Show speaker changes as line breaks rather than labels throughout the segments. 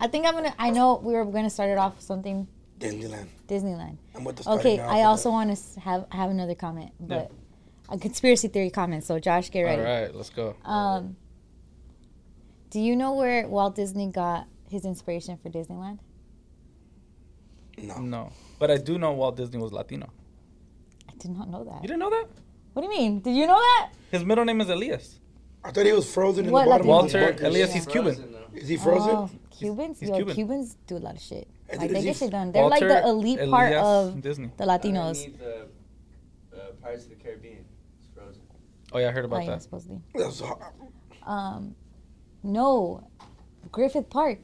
I think I'm gonna. I know we were gonna start it off with something
Disneyland.
Disneyland.
I'm with the starting
Okay,
now
I
for
also
that.
want to have have another comment, but a conspiracy theory comment. So Josh, get ready.
All right, let's go.
Um, do you know where Walt Disney got his inspiration for Disneyland?
No.
no, but I do know Walt Disney was Latino.
I did not know
You
that.
didn't know that?
What do you mean? Did you know that?
His middle name is Elias.
I thought he was frozen in
What,
the bottom
like-
of the
Walter
bunkers.
Elias. He's Cuban.
Frozen, though.
Is he frozen?
Oh, Cubans,
he's
yo,
Cuban.
Cubans do a lot of shit.
And
Like
then
they
he's
get shit done. They're like
Walter
the elite part
Elias
of
Disney.
the Latinos.
Underneath the uh, Pirates of the Caribbean. It's frozen.
Oh yeah, I heard about
Oh, yeah,
that.
supposedly.
That's hard.
Um, no, Griffith Park.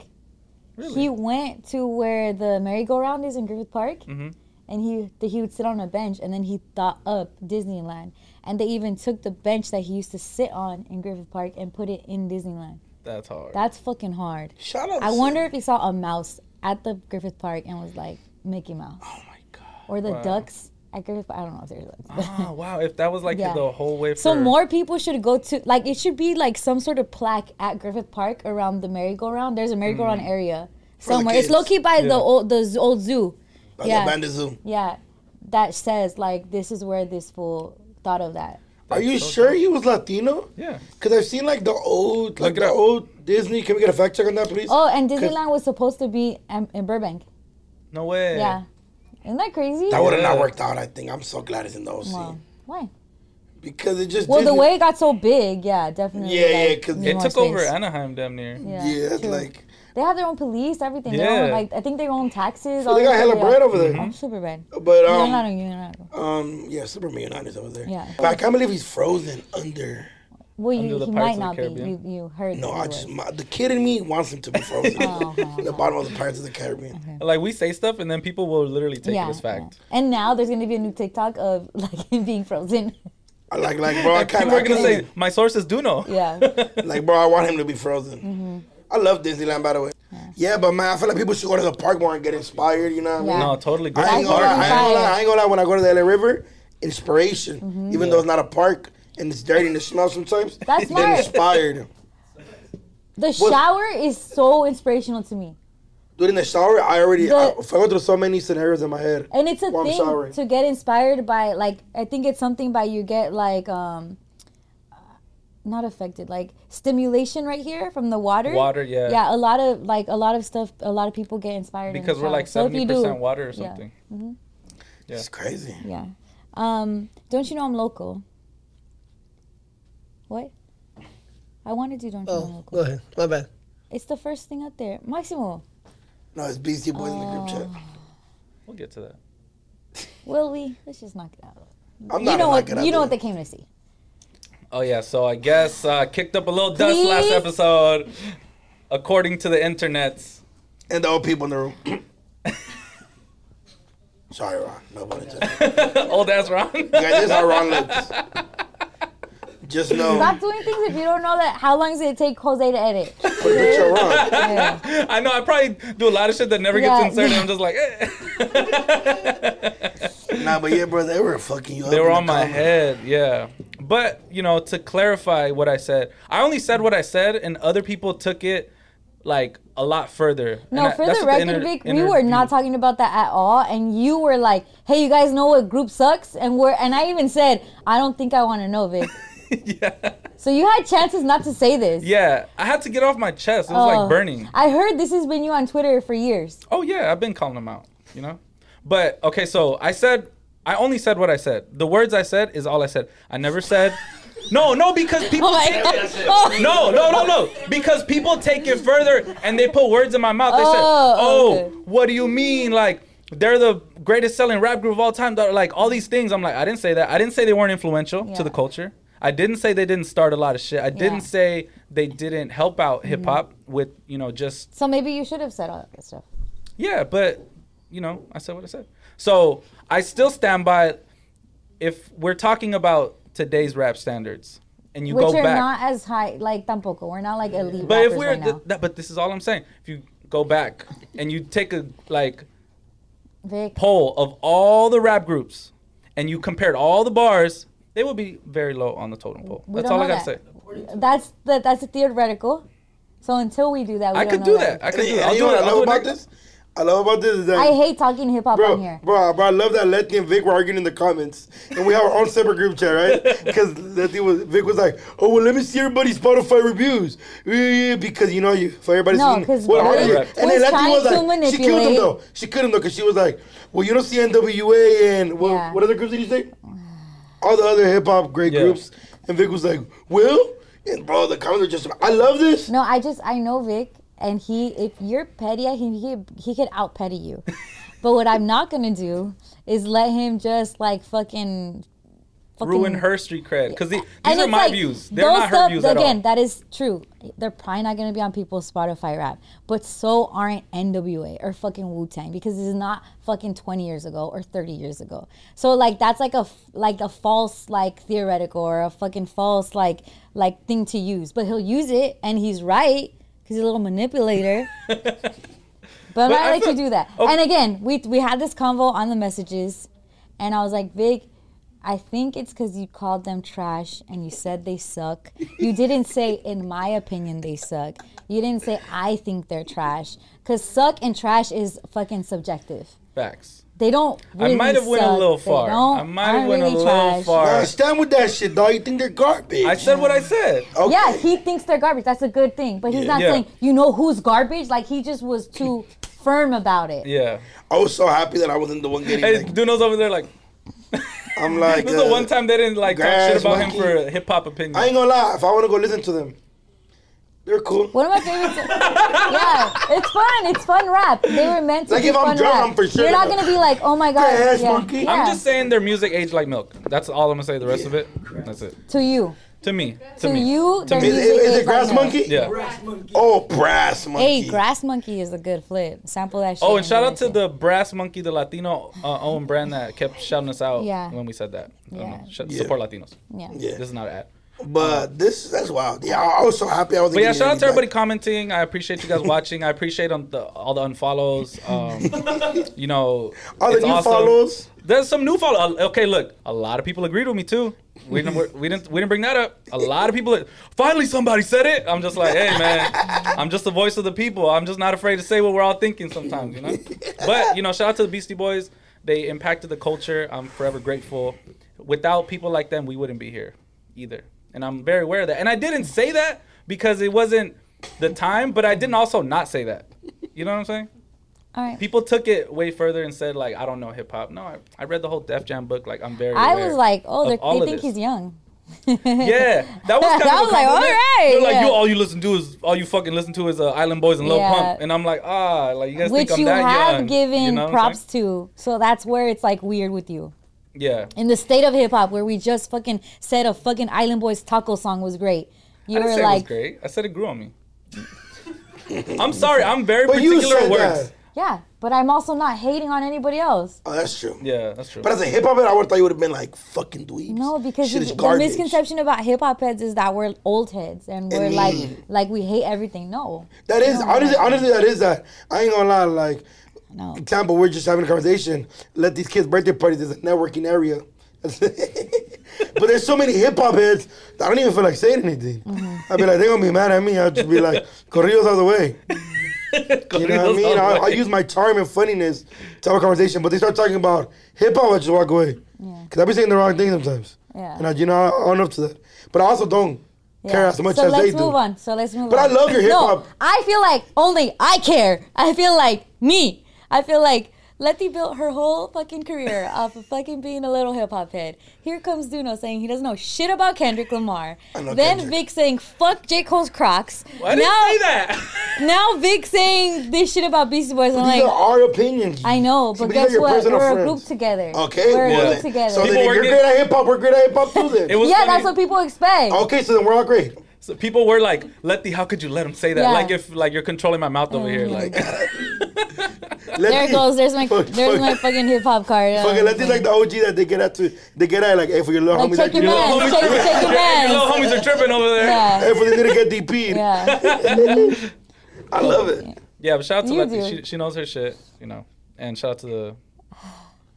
Really?
He went to where the merry-go-round is in Griffith Park,
mm-hmm.
and he that he would sit on a bench, and then he thought up Disneyland, and they even took the bench that he used to sit on in Griffith Park and put it in Disneyland.
That's hard.
That's fucking hard.
Shout out.
I wonder if he saw a mouse at the Griffith Park and was like Mickey Mouse,
Oh my god.
or the
Wow.
ducks at Griffith. Park. I don't know if there's ducks. but-
Ah, wow. If that was like
Yeah.
the whole way. For,
So more people should go to like it should be like some sort of plaque at Griffith Park around the merry-go-round. There's a merry-go-round
Mm.
area
the
somewhere. It's
kids.
low key by the
Yeah.
old the z- old zoo.
Like
Yeah.
yeah. abandoned zoo.
Yeah, that says like this is where this fool thought of that.
Are you
so
sure he was Latino?
Yeah.
Because I've seen like the old, like
Look it
the
up.
old Disney. Can we get a fact check on that, please?
Oh, and Disneyland was supposed to be um, in Burbank.
No way.
Yeah, isn't that crazy?
That would have not
Yeah.
worked out. I think. I'm so glad it's in the OC
Wow. Why?
because it just.
Well, the
Disney-
way it got so big, yeah, definitely.
Yeah, yeah,
like,
'cause
need
It
more
took over
space.
Anaheim damn near.
Yeah,
Yeah, it's
true.
like
they have their own police, everything. Their own,
Yeah.
like I think their own taxes.
they got hella bread over there.
I'm Mm-hmm. super bread.
But
You're not
um,
on United.
um, yeah, Super Millionaires over there.
Yeah.
But I can't believe he's frozen under.
Well,
Under
you,
the
he
Pirates
might
of the
not be. You,
Caribbean.
you heard.
No,
he
I
was.
just my, the kid in me wants him to be frozen
Oh, okay,
in
okay.
the bottom of the Pirates of the Caribbean.
Like we say stuff and then people will literally take it as fact.
Oh,
yeah. And now there's gonna be a new TikTok of like him being frozen.
I like, like, bro, I can't.
People
I
are gonna
can't-
say my sources do know.
Yeah.
like, bro, I want him to be frozen.
Mm-hmm.
I love Disneyland, by the way. Yeah. but man, I feel like people should go to the park more and get inspired. You know what I mean?
Yeah.
No, totally.
I
Griffith
ain't, gonna lie,
Park.
I, ain't gonna lie,
Inspired.
I ain't gonna lie. When I go to the LA River, inspiration. Even though it's not a park and it's dirty and it smells sometimes,
Mm-hmm. That's
then
smart.
inspired.
The shower is so inspirational to me,
Dude, in the shower, I already
The-
I, I go through so many scenarios in my head.
and it's a
While I'm
thing
showering.
to get inspired by. Like I think it's something by you get like um, uh, not affected like stimulation right here from the water.
Water, yeah.
Yeah, a lot of like a lot of stuff. A lot of people get inspired in the
Because we're
shower.
like
So if
seventy
you
percent
do-
water or
yeah.
something.
It's crazy.
Yeah. Um, don't you know I'm local? What? I wanted to don't you know I'm local.
Oh, ahead. My bad.
It's the first thing out there. Maximo,
No, it's Beastie Boys
Oh.
in the group chat.
We'll get to that.
will we? Let's just knock it out.
I'm
you
not
know
gonna
what?
knock it out
You know
there.
what they came to see.
Oh yeah, so I guess uh, kicked up a little dust last
Please?
episode, according to the internets.
And the old people in the room. Sorry, Ron. No one is just.
Old ass Ron.
You guys, this is how Ron looks. Just know.
Stop doing things if you don't know that. How long does it take Jose to edit?
Put a picture of Ron.
Yeah.
I know. I probably do a lot of shit that never
Yeah.
gets inserted. I'm just like, eh.
Nah, but yeah, bro, they were fucking you up.
they
in
were
the
on my
comments.
head. Yeah, but you know, to clarify what I said, I only said what I said, and other people took it like a lot further.
No,
And I-
for
that's
the
what
record,
inter-
Vic, we were not
interview-
talking about that at all, and you were like, "Hey, you guys know what group sucks?" And we're and I even said, "I don't think I want to know, Vic."
yeah,
so you had chances not to say this.
yeah. I had to get off my chest. It was
Oh.
like burning.
I heard this has been you on Twitter for years.
Oh yeah, I've been calling them out, you know. But okay, so I said I only said what I said. The words I said is all I said. I never said No, no, because people
Oh my
take
God.
it.
Oh.
No, no, no, no. Because people take it further and they put words in my mouth. They
Oh,
said, "Oh,
okay.
what do you mean like they're the greatest selling rap group of all time, They're, like all these things." I'm like, "I didn't say that. I didn't say they weren't influential
Yeah.
to the culture. I didn't say they didn't start a lot of shit. I didn't
Yeah. Mm-hmm.
say they didn't help out hip hop with, you know, just
So maybe you should have said all that good stuff.
yeah, but you know, I said what I said. So I still stand by. If we're talking about today's rap standards, and you
Which
go
are
back,
not as high, like tampoco. We're not like elite
but
rappers
if we're
right
th-
now.
that, but this is all I'm saying. If you go back and you take a like
Vic,
poll of all the rap groups, and you compared all the bars, they will be very low on the totem pole.
We
That's
don't
all I
know
gotta say.
that's the, that's a theoretical. So until we do that, we
I
don't
could
know
do
that.
that. I could
And
do
you
that.
know
I'll do
what
it.
I love
I'll do it
about
next-
this? I love about this is that
I hate talking hip hop
bro,
on here.
Bro, bro, I love that Letty and Vic were arguing in the comments. And we have our own separate group chat, right? Because Letty was, Vic was like, oh, well, let me see everybody's Spotify reviews. Yeah, yeah, Because, you know, you for everybody's
No,
seen-
'cause
well,
Vic
argue.
was
And then Letty
trying
was
to
like, she killed him,
manipulate.
though. She killed him, though, because she was like, well, you don't see NWA and, well,
Yeah.
what other groups did you say? All the other hip hop great
Yeah.
groups. And Vic was like, well? And, bro, the comments are just, I love this.
No, I just I know Vic, and he if you're petty at him, he he could out petty you. but what I'm not gonna do is let him just like fucking, fucking
Ruin her street cred because these
And
are
it's
my
like,
views. They're
those
not her
stuff-
views at
again.
all.
That is true. They're probably not gonna be on people's Spotify rap, but so aren't NWA or fucking Wu Tang because this is not fucking twenty years ago or thirty years ago. So like that's like a f- like a false like theoretical or a fucking false like like thing to use. But he'll use it and he's right because he's a little manipulator. But I'm
But
not
I
gonna let you
feel-
do that.
Oh.
And again, we we had this convo on the messages, and I was like, Vic, I think it's because you called them trash and you said they suck. You didn't say, in my opinion, they suck. You didn't say, I think they're trash. Cause suck and trash is fucking subjective.
Facts.
They don't. Really
I might have went a
suck.
little
They
far.
don't-
I might
aren't
have went a
really
little
trash.
Nah,
far.
stand with that shit, dog. You think they're garbage.
I said what I said.
Okay.
Yeah, he thinks they're garbage. That's a good thing. But he's
Yeah.
not
Yeah.
saying you know who's garbage. Like he just was too firm about it.
Yeah.
I was so happy that I wasn't the one getting.
Hey,
like,
Duno's over there like.
I'm like,
This is the
uh,
one time they didn't like talk shit
Grass
about
monkey.
him for hip hop opinion.
I ain't gonna lie. If I want to go listen to them, they're cool.
One of my favorites. yeah, it's fun. It's fun rap. They were meant to
Like,
be
if I'm
fun
drunk,
rap.
I'm for sure
You're not
gonna-
gonna be like, oh my god.
ass
yeah.
monkey.
yeah.
I'm just saying their music aged like milk. That's all I'm gonna say. The rest of it, that's it.
to you,
To me, to,
to,
me.
you. their
me.
Is,
music
is, is
is
it Grass
like
Monkey?
Yeah.
Oh, Brass Monkey.
Hey, Grass Monkey is a good flip. Sample that shit.
Oh, and shout
do
out
that
to the Brass Monkey, the Latino uh, own brand that kept shouting us out
Yeah.
when we said that. I don't know.
Yeah.
Sh-
Yeah.
Support Latinos.
shit. Yeah.
Yeah.
This is not an ad.
But this, that's wild. Yeah, I, I was so happy I wasn't.
But yeah,
getting
shout out to
any
everybody
back.
commenting. I appreciate you guys watching. I appreciate on the, all the unfollows. Um, you know,
All the
it's
new
awesome.
follows.
There's some new follow. uh, Okay, look, a lot of people agreed with me too. We didn't, we didn't, we didn't bring that up. A lot of people. Finally, somebody said it. I'm just like, hey man, I'm just the voice of the people. I'm just not afraid to say what we're all thinking sometimes, you know. But you know, shout out to the Beastie Boys. They impacted the culture. I'm forever grateful. Without people like them, we wouldn't be here either. And I'm very aware of that. And I didn't say that because it wasn't the time, but I didn't also not say that. You know what I'm saying?
All right.
people took it way further and said like I don't know hip hop. No, I, I read the whole Def Jam book. Like I'm very.
I
aware
was like, oh,
of
they're-
all
they
of
think
this.
he's young.
Yeah, that was
I was
kind of. a
like, all
compliment.
right,
They're like
yeah.
you. All you listen to is all you fucking listen to is uh, Island Boys and Lil
Yeah.
Pump, and I'm like ah, like you guys
Which
think I'm
you
that young.
have given
you know what I'm
props to, so that's where it's like weird with you.
saying? Yeah,
In the state of hip hop, where we just fucking said a fucking Island Boys taco song was great, you
I didn't
were
say it was
like,
great. I said it grew on me. I'm sorry. I'm very
But you
particular
said
at words.
that.
yeah, but I'm also not hating on anybody else.
Oh, that's true.
Yeah, that's true.
But as a hip hop head, I would have thought you would have been like fucking dweebs.
No, because
shit
the-
is
the
garbage.
misconception about hip hop heads is that we're old heads and we're
And
like
mean.
like we hate everything. No,
That
Oh
is honestly, honestly, that is that. I ain't gonna lie. Like,
no.
example, we're just having a conversation. Let these kids' birthday parties is a networking area. but there's so many hip hop heads that I don't even feel like saying anything.
Mm-hmm.
I'd be like, they're gonna be mad at me. I'd just be like, corridos out of the way. You know what I mean? I, I use my charm and funniness to have a conversation, but they start talking about hip hop, I just walk away.
Yeah.
Because I be saying the wrong thing sometimes.
Yeah.
And I, you know, I own up to that. But I also don't
Yeah.
care as much
so
as
let's
they
move
do.
on. So let's move
But I
on.
love your hip-hop.
No, I feel like only I care. I feel like me. I feel like Letty built her whole fucking career off of fucking being a little hip hop head. Here comes Duno saying he doesn't know shit about Kendrick Lamar.
I know
then
Kendrick.
Vic saying fuck J. Cole's Crocs.
I didn't
now
say that.
now Vic saying this shit about Beastie Boys. I'm
These
like
are our opinions.
I know, but
these are
guess
your
what? We're
personal
a
friends.
group together.
Okay,
we're
well,
a
then-
group together.
So then
People
if
were
you're
getting-
great at hip hop, we're great at hip hop too then.
It was
yeah,
funny.
that's what people expect.
okay, so then we're all great.
So people were like, "Letty, how could you let him say that?
Yeah. Oh
Like if like you're controlling my mouth over here, like."
Let
There it
these-
goes. There's my
Fuck,
there's
fuck.
my fucking hip hop card. Uh,
Fucking let these like the OG that they get at to they get at like hey for your little
Like,
homies
check
that
your
you
Your
man.
little
Check,
homies-
check your
Your
man.
little homies are tripping over there. Yeah,
Yeah,
hey for the nigga get DP'd.
yeah.
I love it.
but shout out to
You
Letty.
do.
She, she knows her shit, you know. And shout out to the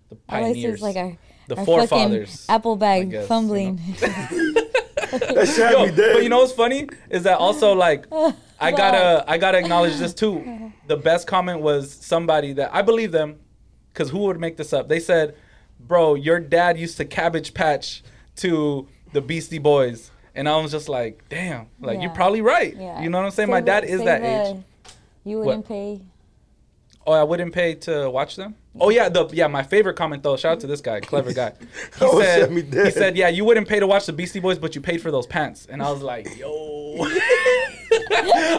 the
Always seems
pioneers,
like our
the
our
forefathers.
fucking apple
I
bag
guess, you
fumbling.
That shit
Yo,
had me dead.
but you know what's funny is that also like I
Well-
gotta I gotta acknowledge this too. The best comment was somebody that I believe them, because who would make this up? They said, "Bro, your dad used to Cabbage Patch to the Beastie Boys," and I was just like, "Damn, like
Yeah.
you're probably right."
Yeah.
You know what I'm saying?
Say
My
the-
dad is
say
that
the-
age.
You
What?
wouldn't pay.
Oh, I wouldn't pay to watch them. Oh yeah, the yeah my favorite comment though. Shout out to this guy, clever guy. He
Oh,
said
Sammy dead.
he said yeah you wouldn't pay to watch the Beastie Boys, but you paid for those pants. And I was like yo,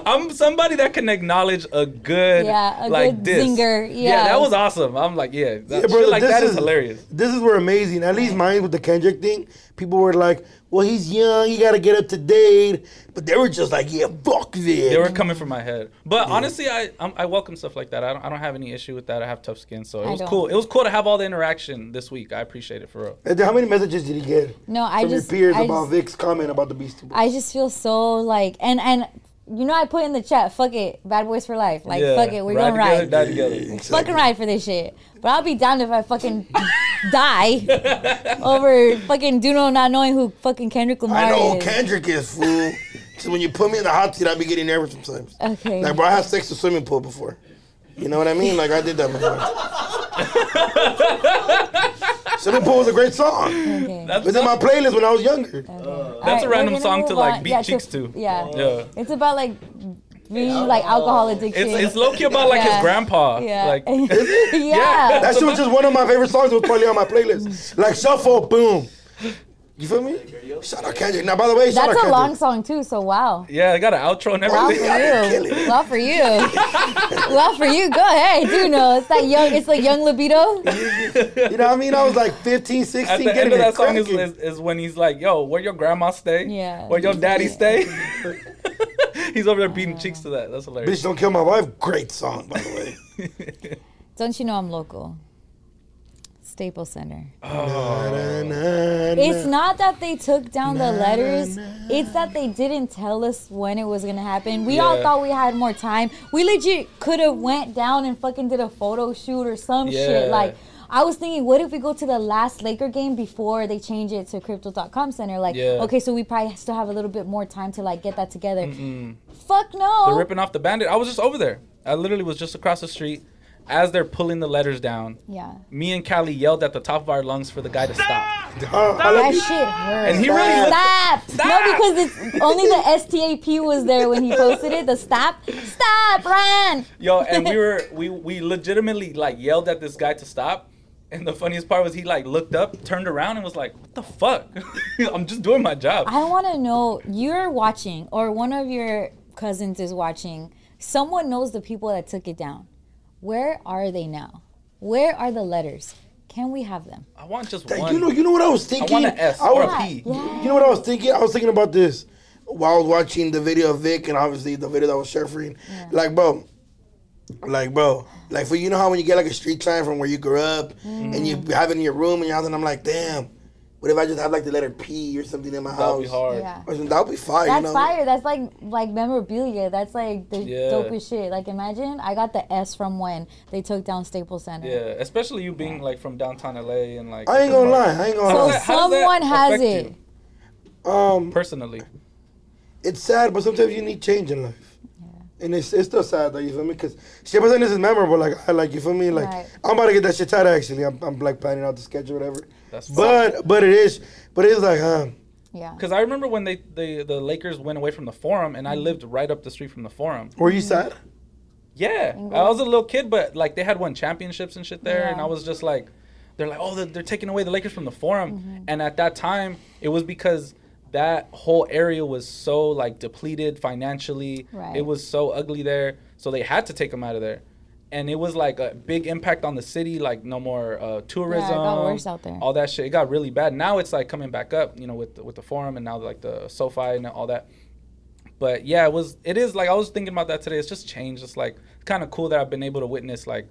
I'm somebody that can acknowledge a good
Yeah, a
like
good
diss.
zinger, yeah.
that was awesome. I'm like yeah, that,
Yeah, brother,
shit like
this
that is hilarious.
This is where amazing. At least mine with the Kendrick thing, people were like, "Well, he's young. He gotta get up to date." But they were just like, "Yeah, fuck this."
They were coming from my head, but honestly, I I'm, I welcome stuff like that. I don't I don't have any issue with that. I have tough skin, so it
I
was
don't.
cool. It was cool to have all the interaction this week. I appreciate it for real.
And then how many messages did he get?
No, I
from
just-
your peers
I
about
just-
Vic's comment about the Beastie Boys.
I just feel so like and and you know I put in the chat, fuck it, bad boys for life. Like
Yeah,
fuck it, we're
ride
gonna
together,
ride.
die together.
Fucking ride for this shit. But I'll be damned if I fucking die over fucking Duno not knowing who fucking Kendrick Lamar
I know who
is.
Kendrick is fool. so when you put me in the hot seat, I be getting nervous sometimes.
Okay.
Like, bro, I had sex with swimming pool before. You know what I mean? Like, I did that before. swimming pool was a great song.
okay.
That's
It was in my playlist when I was younger.
That's a
Alright,
random
we're gonna
song to
move
like
on.
beat
Yeah,
cheeks to. Oh.
Yeah.
Yeah.
It's about like being like alcohol addiction.
It's, it's low key about like his
Yeah.
grandpa.
Yeah.
Like
yeah.
Yeah.
That shit was just one of my favorite songs. It was probably on my playlist. Like shuffle, boom. You feel me? Shout out Kendrick. Now, by the way, shout out
That's a
Kendrick.
long song too, so wow.
yeah, I got an outro and
Wow for
everything.
Kill
you.
it.
Wow for you. wow for you. Go ahead, Duno. It's that young it's like young libido.
You know what I mean? I was like 15, 16,
At the
getting
end of
it
that song is,
cracking.
is, is when he's like, "Yo, where your grandma stay?
Yeah.
where your daddy
Yeah. Uh.
stay?" he's over there beating cheeks to that. That's hilarious.
Bitch, don't kill my wife. Great song, by the way.
Don't you know I'm local? Staples Center. It's
It's
not that they took down the letters. It's that they didn't tell us when it was gonna happen. We all
Yeah.
thought we had more time. We legit could have went down and fucking did a photo shoot or some shit.
Yeah.
Like I was thinking, what if we go to the last Laker game before they change it to Crypto.com Center? Like,
Yeah.
okay, so we probably still have a little bit more time to like get that together. Fuck no.
They're ripping off the bandit. I was just over there. I literally was just across the street as they're pulling the letters down.
yeah,
Me and Callie yelled at the top of our lungs for the guy to stop.
Ah,
that shit hurt.
And he really looked-
Stop! No,
Stop!
because it's only the STAP was there when he posted it. The stop, stop, run.
Yo, and we were we we legitimately like yelled at this guy to stop. And the funniest part was he like looked up, turned around, and was like, "What the fuck? I'm just doing my job."
I want to know you're watching, or one of your cousins is watching. Someone knows the people that took it down. Where are they now? Where are the letters? Can we have them?
I want just
That-
one.
you know, you know what I was thinking.
an S
I
or a
was-
P.
Yeah.
You know what I was thinking? I was thinking about this while I was watching the video of Vic and obviously the video that was surfing. Like, bro, like, bro, like for you know how when you get like a street sign from where you grew up
Mm.
and you have it in your room and your house, and I'm like, damn, what if I just have like the letter P or something in my
That
house?
would be hard.
Yeah.
Or something- That would be fire.
That's
you know?
fire. That's like like memorabilia. That's like the
Yeah.
dopest shit. Like imagine I got the S from when they took down Staples Center.
Yeah, especially you being like from downtown LA and like.
I ain't gonna lie. I ain't gonna
So
lie.
how does that
someone has
affect
it.
you?
Um,
Personally,
it's sad, but sometimes you need change in life. And it's, it's still sad though, you feel me? Because shit percent is memorable. Like I like you feel me? Like
Right.
I'm about to get that shit tied actually. I'm, I'm like planning out the schedule, whatever.
That's
but but it is but it's like huh.
Yeah.
because I remember when they the the Lakers went away from the Forum, and I lived right up the street from the Forum.
Were you sad?
Yeah, I was a little kid, but like they had won championships and shit there, and
Yeah.
I was just like, they're like, oh, they're, they're taking away the Lakers from the Forum,
Mm-hmm.
and at that time, it was because that whole area was so like depleted financially.
Right.
It was so ugly there, so they had to take them out of there, and it was like a big impact on the city, like no more uh, tourism,
worse out there.
all that shit. It got really bad. Now it's like coming back up, you know, with the, with the Forum and now like the SoFi and all that but yeah, it was it is like I was thinking about that today. It's just changed. It's like kind of cool that I've been able to witness like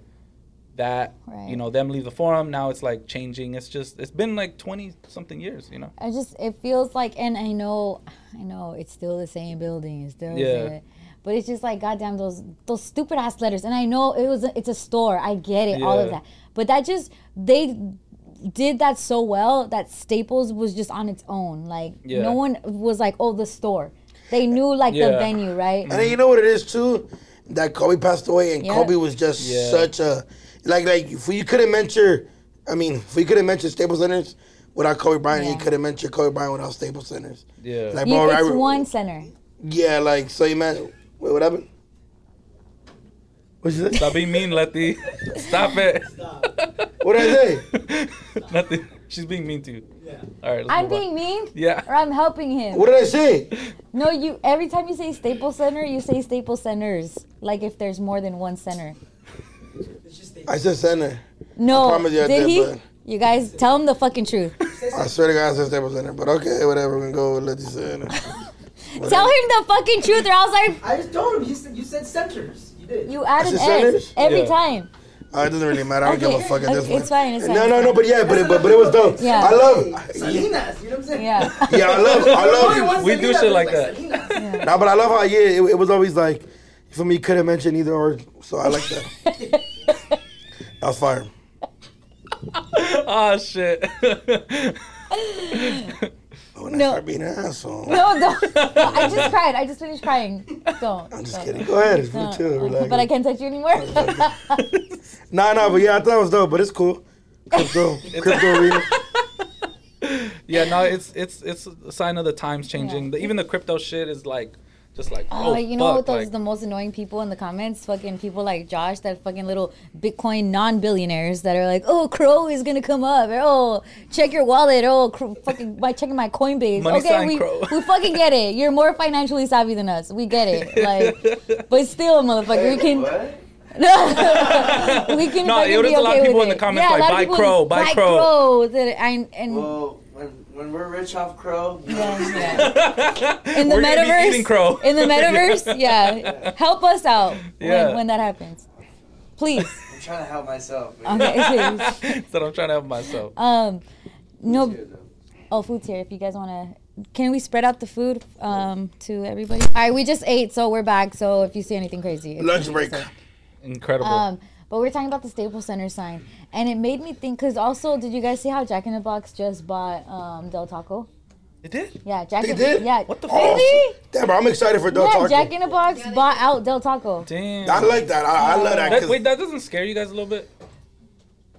that.
Right.
You know, them leave the forum now. It's like changing. It's just it's been like twenty something years. You know.
I just it feels like, and I know, I know it's still the same building, it's still
Yeah.
the same, but it's just like goddamn those those stupid ass letters. And I know it was a, it's a store, I get it, all of
Yeah.
that, but that just they did that so well that Staples was just on its own. Like
Yeah.
no one was like, oh, the store. They knew like the
Yeah.
venue, right?
And then you know what it is too, that Kobe passed away, and
Yeah.
Kobe was just
Yeah.
such a like like if you couldn't mention, I mean, if we couldn't mention Staples Centers without Kobe Bryant, you
Yeah.
couldn't mention Kobe Bryant without Staples Centers.
Yeah.
Like,
You,
bro, I
it's
re-
one center.
Yeah, like so you man, wait, what happened? What you say?
Stop being mean, Letty. Stop it.
What did I say?
Nothing. She's being mean to you.
Yeah.
All right. Let's
I'm
move on.
being mean,
Yeah.
or I'm helping him.
What did I say?
No, you. Every time you say Staples Center, you say Staples Centers. Like if there's more than one center.
It's just
I said center.
No,
promise you I
did
did,
he?
but-
You guys, tell him the fucking truth.
I swear to God, I said Staples Center, but okay, whatever. We're gonna go with Letty Center. Uh,
tell him the fucking truth, or I was like,
I just told him. You said you said centers. You did.
you add
Is
an
it
S
centers?
every
Yeah.
time.
Uh, it doesn't really matter. I don't
Okay.
give a fuck at this
Okay,
one.
it's fine, it's
No,
fine.
no, no. But yeah, but it, but, but it was dope.
Yeah.
Oh, I love.
Salinas. You know what I'm saying?
Yeah.
Yeah, I love. I
There's only
love.
one
We do
Salinas,
shit
it's
like that.
Salinas.
Nah, but I love how yeah, it, it was always like, for me, you couldn't mention either or. So I like that. That was fire.
Oh shit.
But when I
No.
start being an asshole,
No, don't. I just cried. I just finished crying. Don't.
I'm just
don't.
kidding. Go ahead, it's
No,
chill,
uh,
relax.
But I can't touch you anymore.
Ah,
Nah, nah. But yeah, I thought it was dope. But it's cool. Crypto, crypto arena.
yeah. No. It's it's it's a sign of the times changing.
Yeah.
The, even the crypto shit is like just like oh,
oh, you know
fuck,
what? Those
like-
the most annoying people in the comments. Fucking people like Josh, that fucking little Bitcoin non-billionaires that are like, oh, Crow is gonna come up. Or, oh, check your wallet. Oh, cr- fucking by checking my Coinbase.
Money
okay,
sign
we
Crow.
we fucking get it. You're more financially savvy than us. We get it. Like, but still, motherfucker, we can.
What?
we can
No,
fucking
it was
be
a lot of
okay
people
with
in the
it.
comments
yeah, a
like,
lot of
"Buy
people
Crow, buy Crow."
That I, and
Well, when when we're rich off crow.
yeah, yeah. in the
We're gonna be
metaverse,
eating Crow.
in the metaverse, yeah. help us out
Yeah.
when, when that happens, please.
I'm trying to help myself.
Uh,
man.
Okay, please.
That's what I'm trying to help myself.
Um, no,
Here, though.
oh, food's here. If you guys wanna, can we spread out the food um to everybody? All right, we just ate, so we're back. So if you see anything crazy, it's
Lunch break.
Incredible.
Um, but we're talking about the Staples Center sign, and it made me think. Cause also, did you guys see how Jack in the Box just bought um, Del Taco?
it did.
Yeah, Jack.
They
in,
did?
Yeah.
What the
Really?
Damn, bro, I'm excited for Del
yeah,
Taco.
Jack in the Box bought out Del Taco.
Damn.
I like that. I, I love that.
That-
'cause-
wait, that doesn't scare you guys a little bit?
Oh,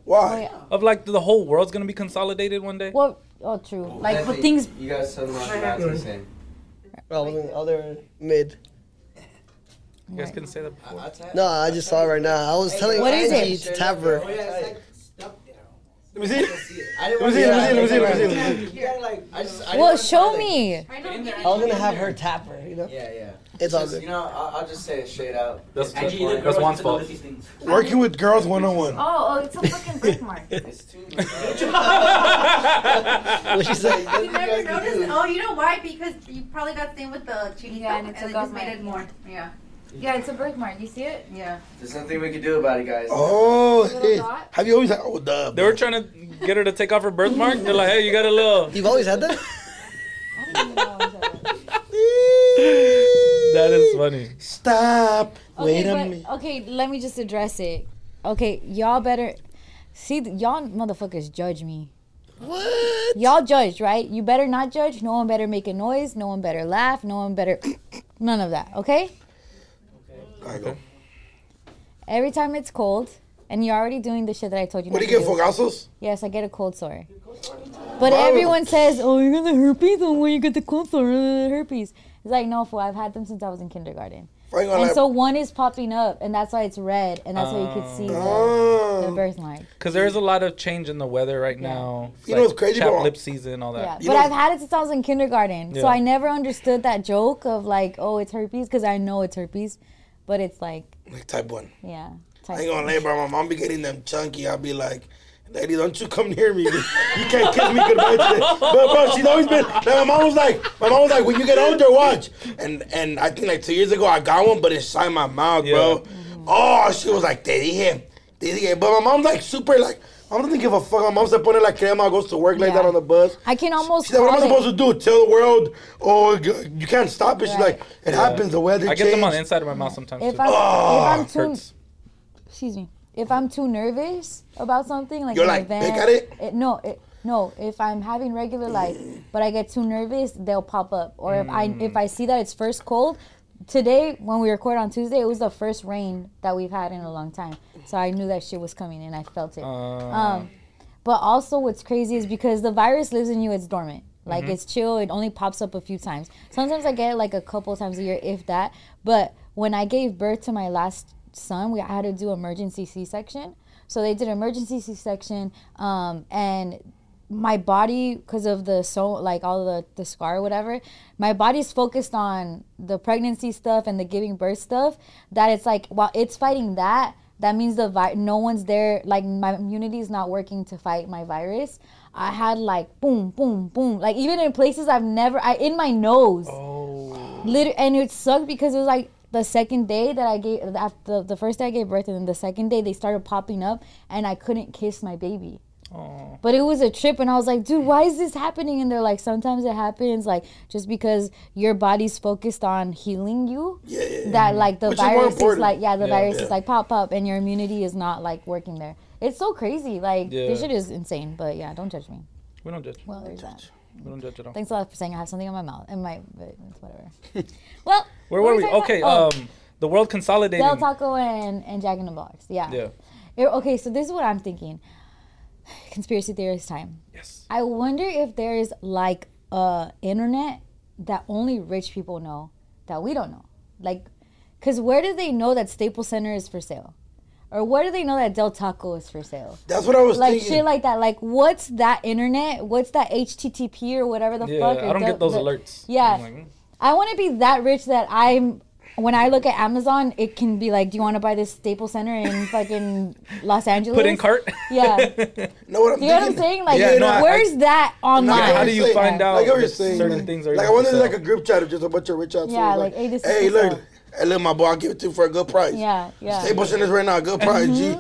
why?
yeah.
Of like the whole world's gonna be consolidated one day?
Well, oh, true. Like
Definitely,
but things.
You guys said a lot of that, I'm saying.
Probably other mid.
You guys couldn't say that before.
No, I just saw it right now. I was telling
What is
Angie
it?
to tap her.
Oh,
Let me see.
I
Let me
didn't
see. Let me see. Let me see. Let me see. Let me see.
I just. I
Well,
didn't
show
wanna-
me.
I was gonna have her tap her, you know?
Yeah, yeah.
It's all good.
You know, I'll, I'll just say it straight out.
That's, that's,
Actually, the
that's
girls
Juan's
used to
fault.
notice these things.
Working with girls 101.
Oh, oh, it's a fucking birthmark.
It's too
What she said?
You never noticed? Oh, you know why? Because you probably got stained with the cheating
Yeah, and
and,
it took
and it
off
just
my-
made it more. Yeah.
yeah, it's a birthmark. You see it?
Yeah.
There's nothing we can do about it, guys.
Oh, hey.
dot?
Have you always had? Oh, duh.
They were trying to get her to take off her birthmark. They're like, hey, you got a little.
You've always had that?
That is funny.
Stop. Wait
Okay,
a
but- uh,
minute.
okay, let me just address it. Okay, y'all better see th- y'all motherfuckers judge me.
What?
Y'all judged, right? You better not judge. No one better make a noise. No one better laugh. No one better. None of that. Okay.
I go.
Every time it's cold, and you're already doing the shit that I told you.
What do
not
you
to
get? Fogazos?
Yes, I get a cold sore. But
Wow.
everyone says, "Oh, you got the herpes, and when you get the cold sore, uh, herpes." It's like, no, fool. I've had them since I was in kindergarten,
Fucking
and
like-
so one is popping up, and that's why it's red, and that's how you could see the, the
Oh.
birthmark.
Because there is a lot of change in the weather right now. It's
You know what's crazy
chap
about-
lip season, all
Yeah,
that.
You
but
know-
I've had it since I was in kindergarten, so
Yeah.
I never understood that joke of like, "Oh, it's herpes," because I know it's herpes, but it's like,
Like type one.
yeah.
I ain't gonna lay, bro. My mom be getting them chunky. I'll be like, lady, don't you come near me. You can't kiss me goodbye today. But bro, she's always been. Like, my mom was like, my mom was like, when you get older, watch. And and I think like two years ago, I got one, but it's inside my mouth, bro. Oh, she was like, te dije, te dije. But my mom's like super like. I don't give a fuck. My mom's the point like crema goes to work like
Yeah.
that on the bus.
I can almost.
She's like, what am I
call it-
supposed to do? Tell the world, oh, g- you can't stop it. She's
Right.
like, it happens. The weather
I
changes.
get them on the inside of my mouth sometimes.
If
too.
I'm, if I'm
Ugh,
too,
Hurts.
excuse me, if I'm too nervous about something, like
You're
an
like,
event,
"Pick at it?"
no, it, No, if I'm having regular life, but I get too nervous, they'll pop up. Or if I if I see that it's first cold, today when we record on Tuesday, it was the first rain that we've had in a long time. So I knew that shit was coming and I felt it.
Oh.
um, but also, what's crazy is because the virus lives in you, it's dormant. Like it's chill. It only pops up a few times. Sometimes I get it like a couple times a year, if that. But when I gave birth to my last son, we I had to do emergency C-section. So they did emergency C-section, um, and my body, because of the so like all the the scar or whatever, my body's focused on the pregnancy stuff and the giving birth stuff. That it's like while it's fighting that, that means the vi- no one's there like my immunity is not working to fight my virus i had like boom boom boom like even in places i've never i in my nose Liter- and it sucked because it was like the second day that I gave after the first day I gave birth, and then the second day they started popping up, and I couldn't kiss my baby.
oh,
But it was a trip, and I was like, dude, why is this happening? And they're like, sometimes it happens, like just because your body's focused on healing you,
Yeah, yeah, yeah.
that like the
Mm-hmm. Which is more
virus is,
important.
like yeah, the
Yeah.
virus
Yeah.
is like pop up, and your immunity is not like working there. It's so crazy, like this
Yeah.
shit is insane. But yeah, don't judge me.
We don't judge.
Well, there's that.
We don't judge at all.
Thanks a lot for saying I have something on my mouth and my but it's whatever. well,
Where
what
were we?
talking
Okay,
about? Oh.
um, the world consolidating.
Del Taco and, and Jack in the Box. Yeah.
Yeah.
It- okay, so this is what I'm thinking. Conspiracy theorist time.
Yes.
I wonder if there is like a internet that only rich people know that we don't know. Like, cause where do they know that Staples Center is for sale, or where do they know that Del Taco is for sale?
That's what I was
Like
thinking.
shit like that. Like, what's that internet? What's that HTTP or whatever the
Yeah,
fuck?
I
or
don't
Del-
get those
the-
alerts.
Yeah.
I'm like, mm.
I want to be that rich that I'm. When I look at Amazon, it can be like, "Do you want to buy this Staples Center in fucking Los Angeles?"
Put in cart.
Yeah,
know what I'm
you know what I'm
thinking?
saying? Like,
Yeah, no, I-
where's that online?
Like I
how
was
do you
saying-
find out
Like I
that
was saying,
certain
like,
things are
like I
for
wonder if
sale?
like a group chat of just a bunch of rich assholes.
Yeah, like,
like,
hey, this is
hey,
for
look,
sale."
hey, look, my boy, I'll give it to you for a good price.
Yeah, yeah.
Staples in this right now, a good price. G,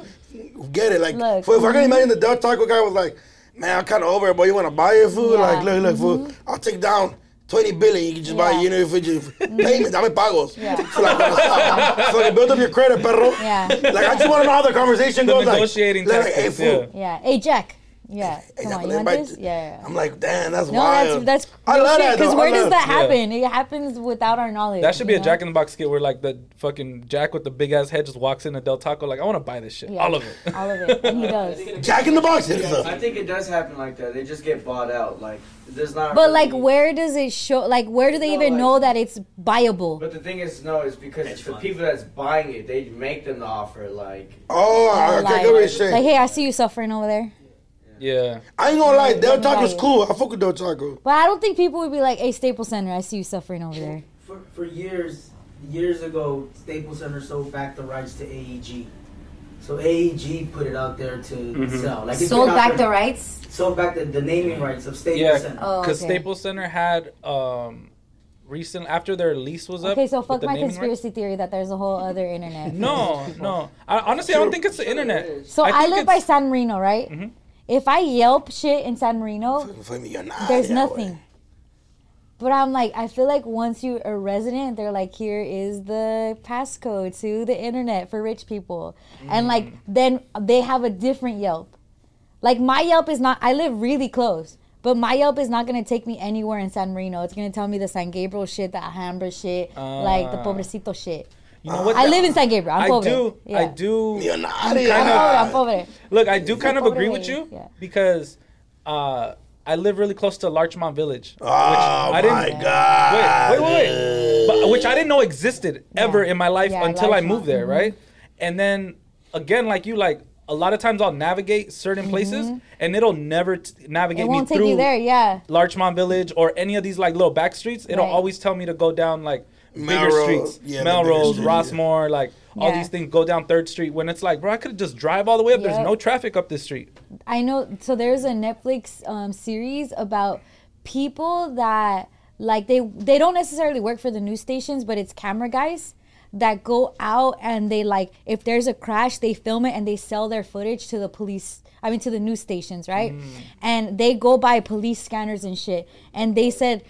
get it. Like,
Look, Mm-hmm.
for, if I can imagine the Del Taco guy was like, man, I'm kind of over it, but you want to buy your food?
Yeah. Mm-hmm.
Like, look, look, fool, I'll take down. 20 billion, you can just buy,
Yeah. Mm-hmm.
you know, if you just payments, dame pagos.
Yeah.
So, like, so you build up your credit, perro.
Yeah.
Like, I just want to know how the conversation
The
goes. like,
negotiating
like, hey,
tactics,
fool,
yeah.
Yeah. Hey, Jack. Yeah. Come on,
Exactly.
you want
Everybody-
this? Yeah. yeah.
I'm like, damn, that's
No,
wild.
that's that's
I love that.
because
though.
where
I
does
love-
that
Yeah.
happen? It happens without our knowledge.
That should be
you
a
know?
Jack in the Box skit where like the fucking Jack with the big ass head just walks into Del Taco like I want to buy this shit,
Yeah.
all of it.
All of it, and he does.
Jack in the Box hit us up.
I think it does happen like that. They just get bought out. Like there's not.
But like,
really-
where does it show? Like, where do they
No,
even
like-
know that it's viable?
But the thing is, no, it's because it's the people that's buying it. They make them the offer. Like
Oh, I okay, I get what you're
like,
saying.
like, hey, I see you suffering over there.
yeah.
I ain't gonna lie, Del Taco's
Right.
cool. I fuck with Del Taco.
But I don't think people would be like, "Hey, Staples Center, I see you suffering over there."
For, for years, years ago, Staples Center sold back the rights to AEG. So AEG put it out there to sell. Like it's
Sold
been out
back the
there-
rights.
Sold back the, the naming rights of Staples
Mm-hmm. Yeah.
Center.
Oh,
Because
okay.
Staples Center had um recent after their lease was up.
Okay, so
with
fuck
the
my
naming rights-
conspiracy theory that there's a whole other internet.
No, no. I, honestly, I don't think it's the internet.
So I,
think
live
it's- Mm-hmm.
by San Marino, right? If I Yelp shit in San Marino,
For me, you're not
there's
that
nothing.
way.
But I'm like, I feel like once you're a resident, they're like, here is the passcode to the internet for rich people.
Mm.
And like, then they have a different Yelp. Like, my Yelp is not, I live really close, but my Yelp is not gonna take me anywhere in San Marino. It's gonna tell me the San Gabriel shit, the Alhambra shit, like the
Ah.
Pobrecito shit.
You know what?
I
the-
live in San Gabriel. I'm
I
pobre.
do.
Yeah.
I do.
You're not
I'm
kinda-
pobre. I'm pobre.
Look, I do kind of
Like,
agree with
totally,
you
yeah.
because uh, I live really close to Larchmont Village.
Oh my
I didn't-
Ah,
god.
Wait, wait, wait. But, which I didn't know existed ever
Yeah.
in my life
Yeah,
until I
Larchmont.
moved there, right? And then again, like you, like a lot of times I'll navigate certain places and it'll never t- navigate
Mm-hmm. It won't
me
take
through
you there. Yeah.
Larchmont Village or any of these like little back streets. It'll
Right.
always tell me to go down like bigger
Melrose.
streets,
Yeah, the bigger
Melrose,
street,
Rossmore, like all
Yeah.
these things. Go down Third Street when it's like, bro, I could just drive all the way up. There's
Yep.
no traffic up this street.
I know. So there's a Netflix um, series about people that like they they don't necessarily work for the news stations, but it's camera guys that go out and they like if there's a crash, they film it and they sell their footage to the police. I mean to the news stations, right? And they go by police scanners and shit. And they said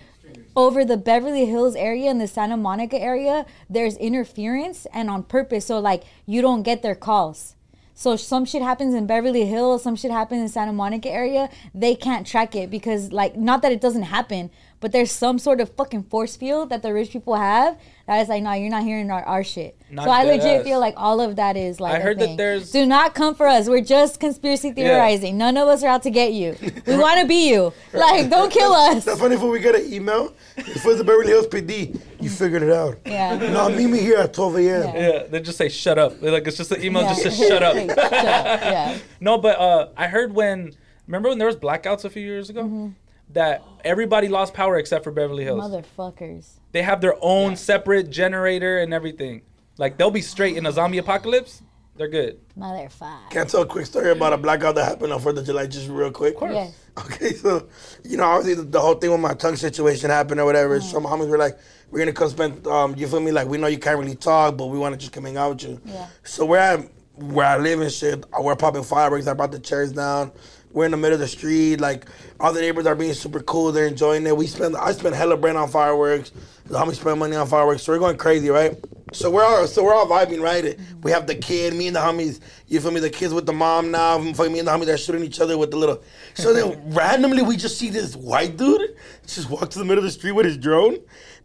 over the Beverly Hills area and the Santa Monica area, there's interference and on purpose. So like you don't get their calls. So some shit happens in Beverly Hills, some shit happens in Santa Monica area. They can't track it because, like, not that it doesn't happen, but there's some sort of fucking force field that the rich people have that is like, nah, you're not hearing our, our shit.
Not
so I
dead
legit
ass.
feel like all of that is like.
I
a
heard that
thing.
there's-
Do not come for us. We're just conspiracy theorizing. None of us are out to get you. We want to be you. Like, don't kill us.
That's funny. For we got an email, it was the Beverly Hills PD. You figured it out.
Yeah.
No, meet me here at 12 a.m.
Yeah.
Yeah, they just say shut up. They're like it's just an email,
Yeah.
just says shut up.
Like, shut up. Yeah.
No, but uh, I heard when remember when there was blackouts a few years ago
Mm-hmm.
that everybody lost power except for Beverly Hills.
Motherfuckers.
They have their own separate generator and everything. Like they'll be straight in a zombie apocalypse. They're good.
Motherfucker.
Can I tell a quick story about a blackout that happened on 4th of July, just real quick?
Yes.
Okay, so you know, obviously the, the whole thing with my tongue situation happened or whatever. Some homies were like, "We're gonna come spend." Um, you feel me? Like we know you can't really talk, but we want to just come hang out with you.
Yeah.
So where I where I live and shit, uh, we're popping fireworks. I brought the chairs down. We're in the middle of the street. Like all the neighbors are being super cool. They're enjoying it. We spend. I spend hella brand on fireworks. The homies spend money on fireworks. So we're going crazy, right? So we're all so we're all vibing, right? We have the kid, me and the homies. You feel me? The kids with the mom now. Fuck me and the homies are shooting each other with the little. So then randomly we just see this white dude just walk to the middle of the street with his drone,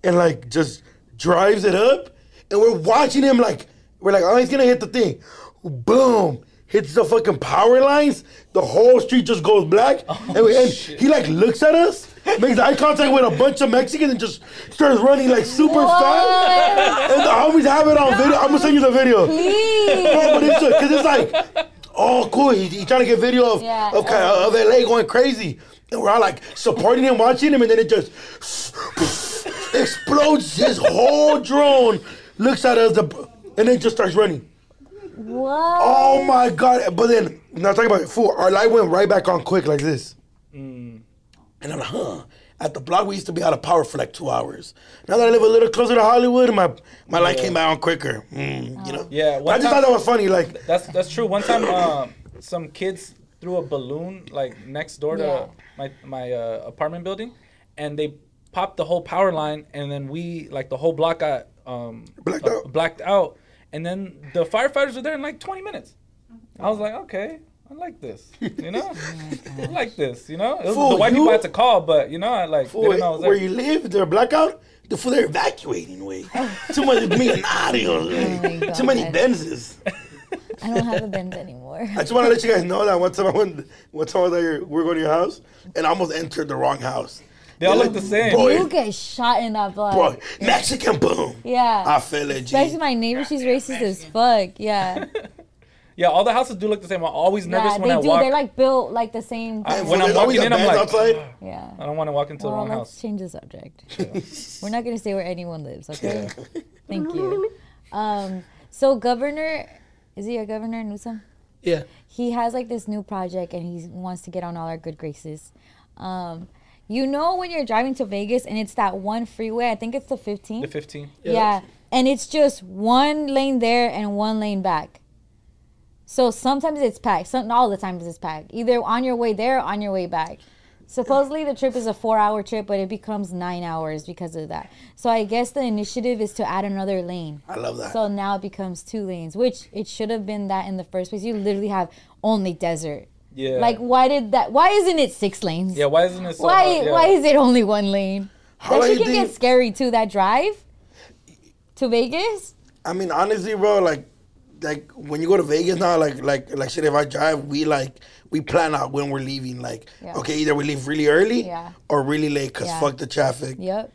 and like just drives it up, and we're watching him like we're like, oh, he's gonna hit the thing. Boom! Hits the fucking power lines. The whole street just goes black. and, we, and he like looks at us, makes eye contact with a bunch of Mexicans, and just starts running like super fast. And the homies have it on video. I'm gonna send you the video.
Please.
Bro, but it's because it's like, oh, cool. He, he trying to get video of
Yeah.
of, kind of, of LA going crazy, and we're all like supporting him, watching him, and then it just explodes. His whole drone looks at us, the, and then just starts running.
what?
Oh my god! But then, now talking about it, fool, our light went right back on quick like this. And I'm like, huh. At the block, we used to be out of power for like two hours. Now that I live a little closer to Hollywood, my my light came back on quicker. Mm, you know. But I
Yeah, one
just
time-
thought that was funny. Like,
That's that's true. One time, um, some kids threw a balloon like next door to
Yeah.
my my uh, apartment building, and they popped the whole power line, and then we like the whole block got um,
Blacked
uh,
out.
blacked out, and then the firefighters were there in like 20 minutes. I was like, okay. I like this, you know. I like this, you know. It was, the
Fool,
white
you-
people had to call, but you know, I like they
fool,
didn't know I was
where
there.
you live, they're blackout. The fool, they're evacuating. Way too much millonarios.
Oh my
Like,
God.
too many Benzes.
I don't have a bend anymore.
I just want to let you guys know that one time I went, one time I was at your, we were going to your house, and I almost entered the wrong house.
They all look the same.
Boy,
You get shot in that blood.
Bro,
Oh.
Mexican boom.
Yeah.
ah,
I feel it, G.
Especially my neighbor, she's racist as fuck. Yeah.
Yeah, all the houses do look the same. I'm always nervous
yeah,
when
they
I
do.
walk.
They're like built like the same.
I-
thing.
when
There's
I'm
always
walking
a
in, I'm
band
like,
outside.
yeah.
I don't want to walk into the
Well,
wrong
let's
house.
change the subject. We're not going to say where anyone lives, okay? Thank you. Um, so, Governor, is he a governor, Newsom?
Yeah.
he has like this new project and he wants to get on all our good graces. Um, you know when you're driving to Vegas and it's that one freeway, I think it's the 15th.
The 15.
yeah. And it's just one lane there and one lane back. So sometimes it's packed. Some all the times it's packed. Either on your way there or on your way back. Supposedly the trip is a four hour trip, but it becomes nine hours because of that. So I guess the initiative is to add another lane.
I love that.
So now it becomes two lanes, which it should have been that in the first place. You literally have only desert.
Yeah.
Like why did that? Why isn't it six lanes?
Yeah, why isn't it so
why
hot? Yeah.
why is it only one lane?
How
that
do
shit
you
can
think-
get scary too. That drive to Vegas.
I mean, honestly, bro, like, like when you go to Vegas now, like, like, like, shit. If I drive, we like we plan out when we're leaving. Like,
Yeah.
okay, either we leave really early
Yeah.
or really late, cause
Yeah.
fuck the traffic.
Yep.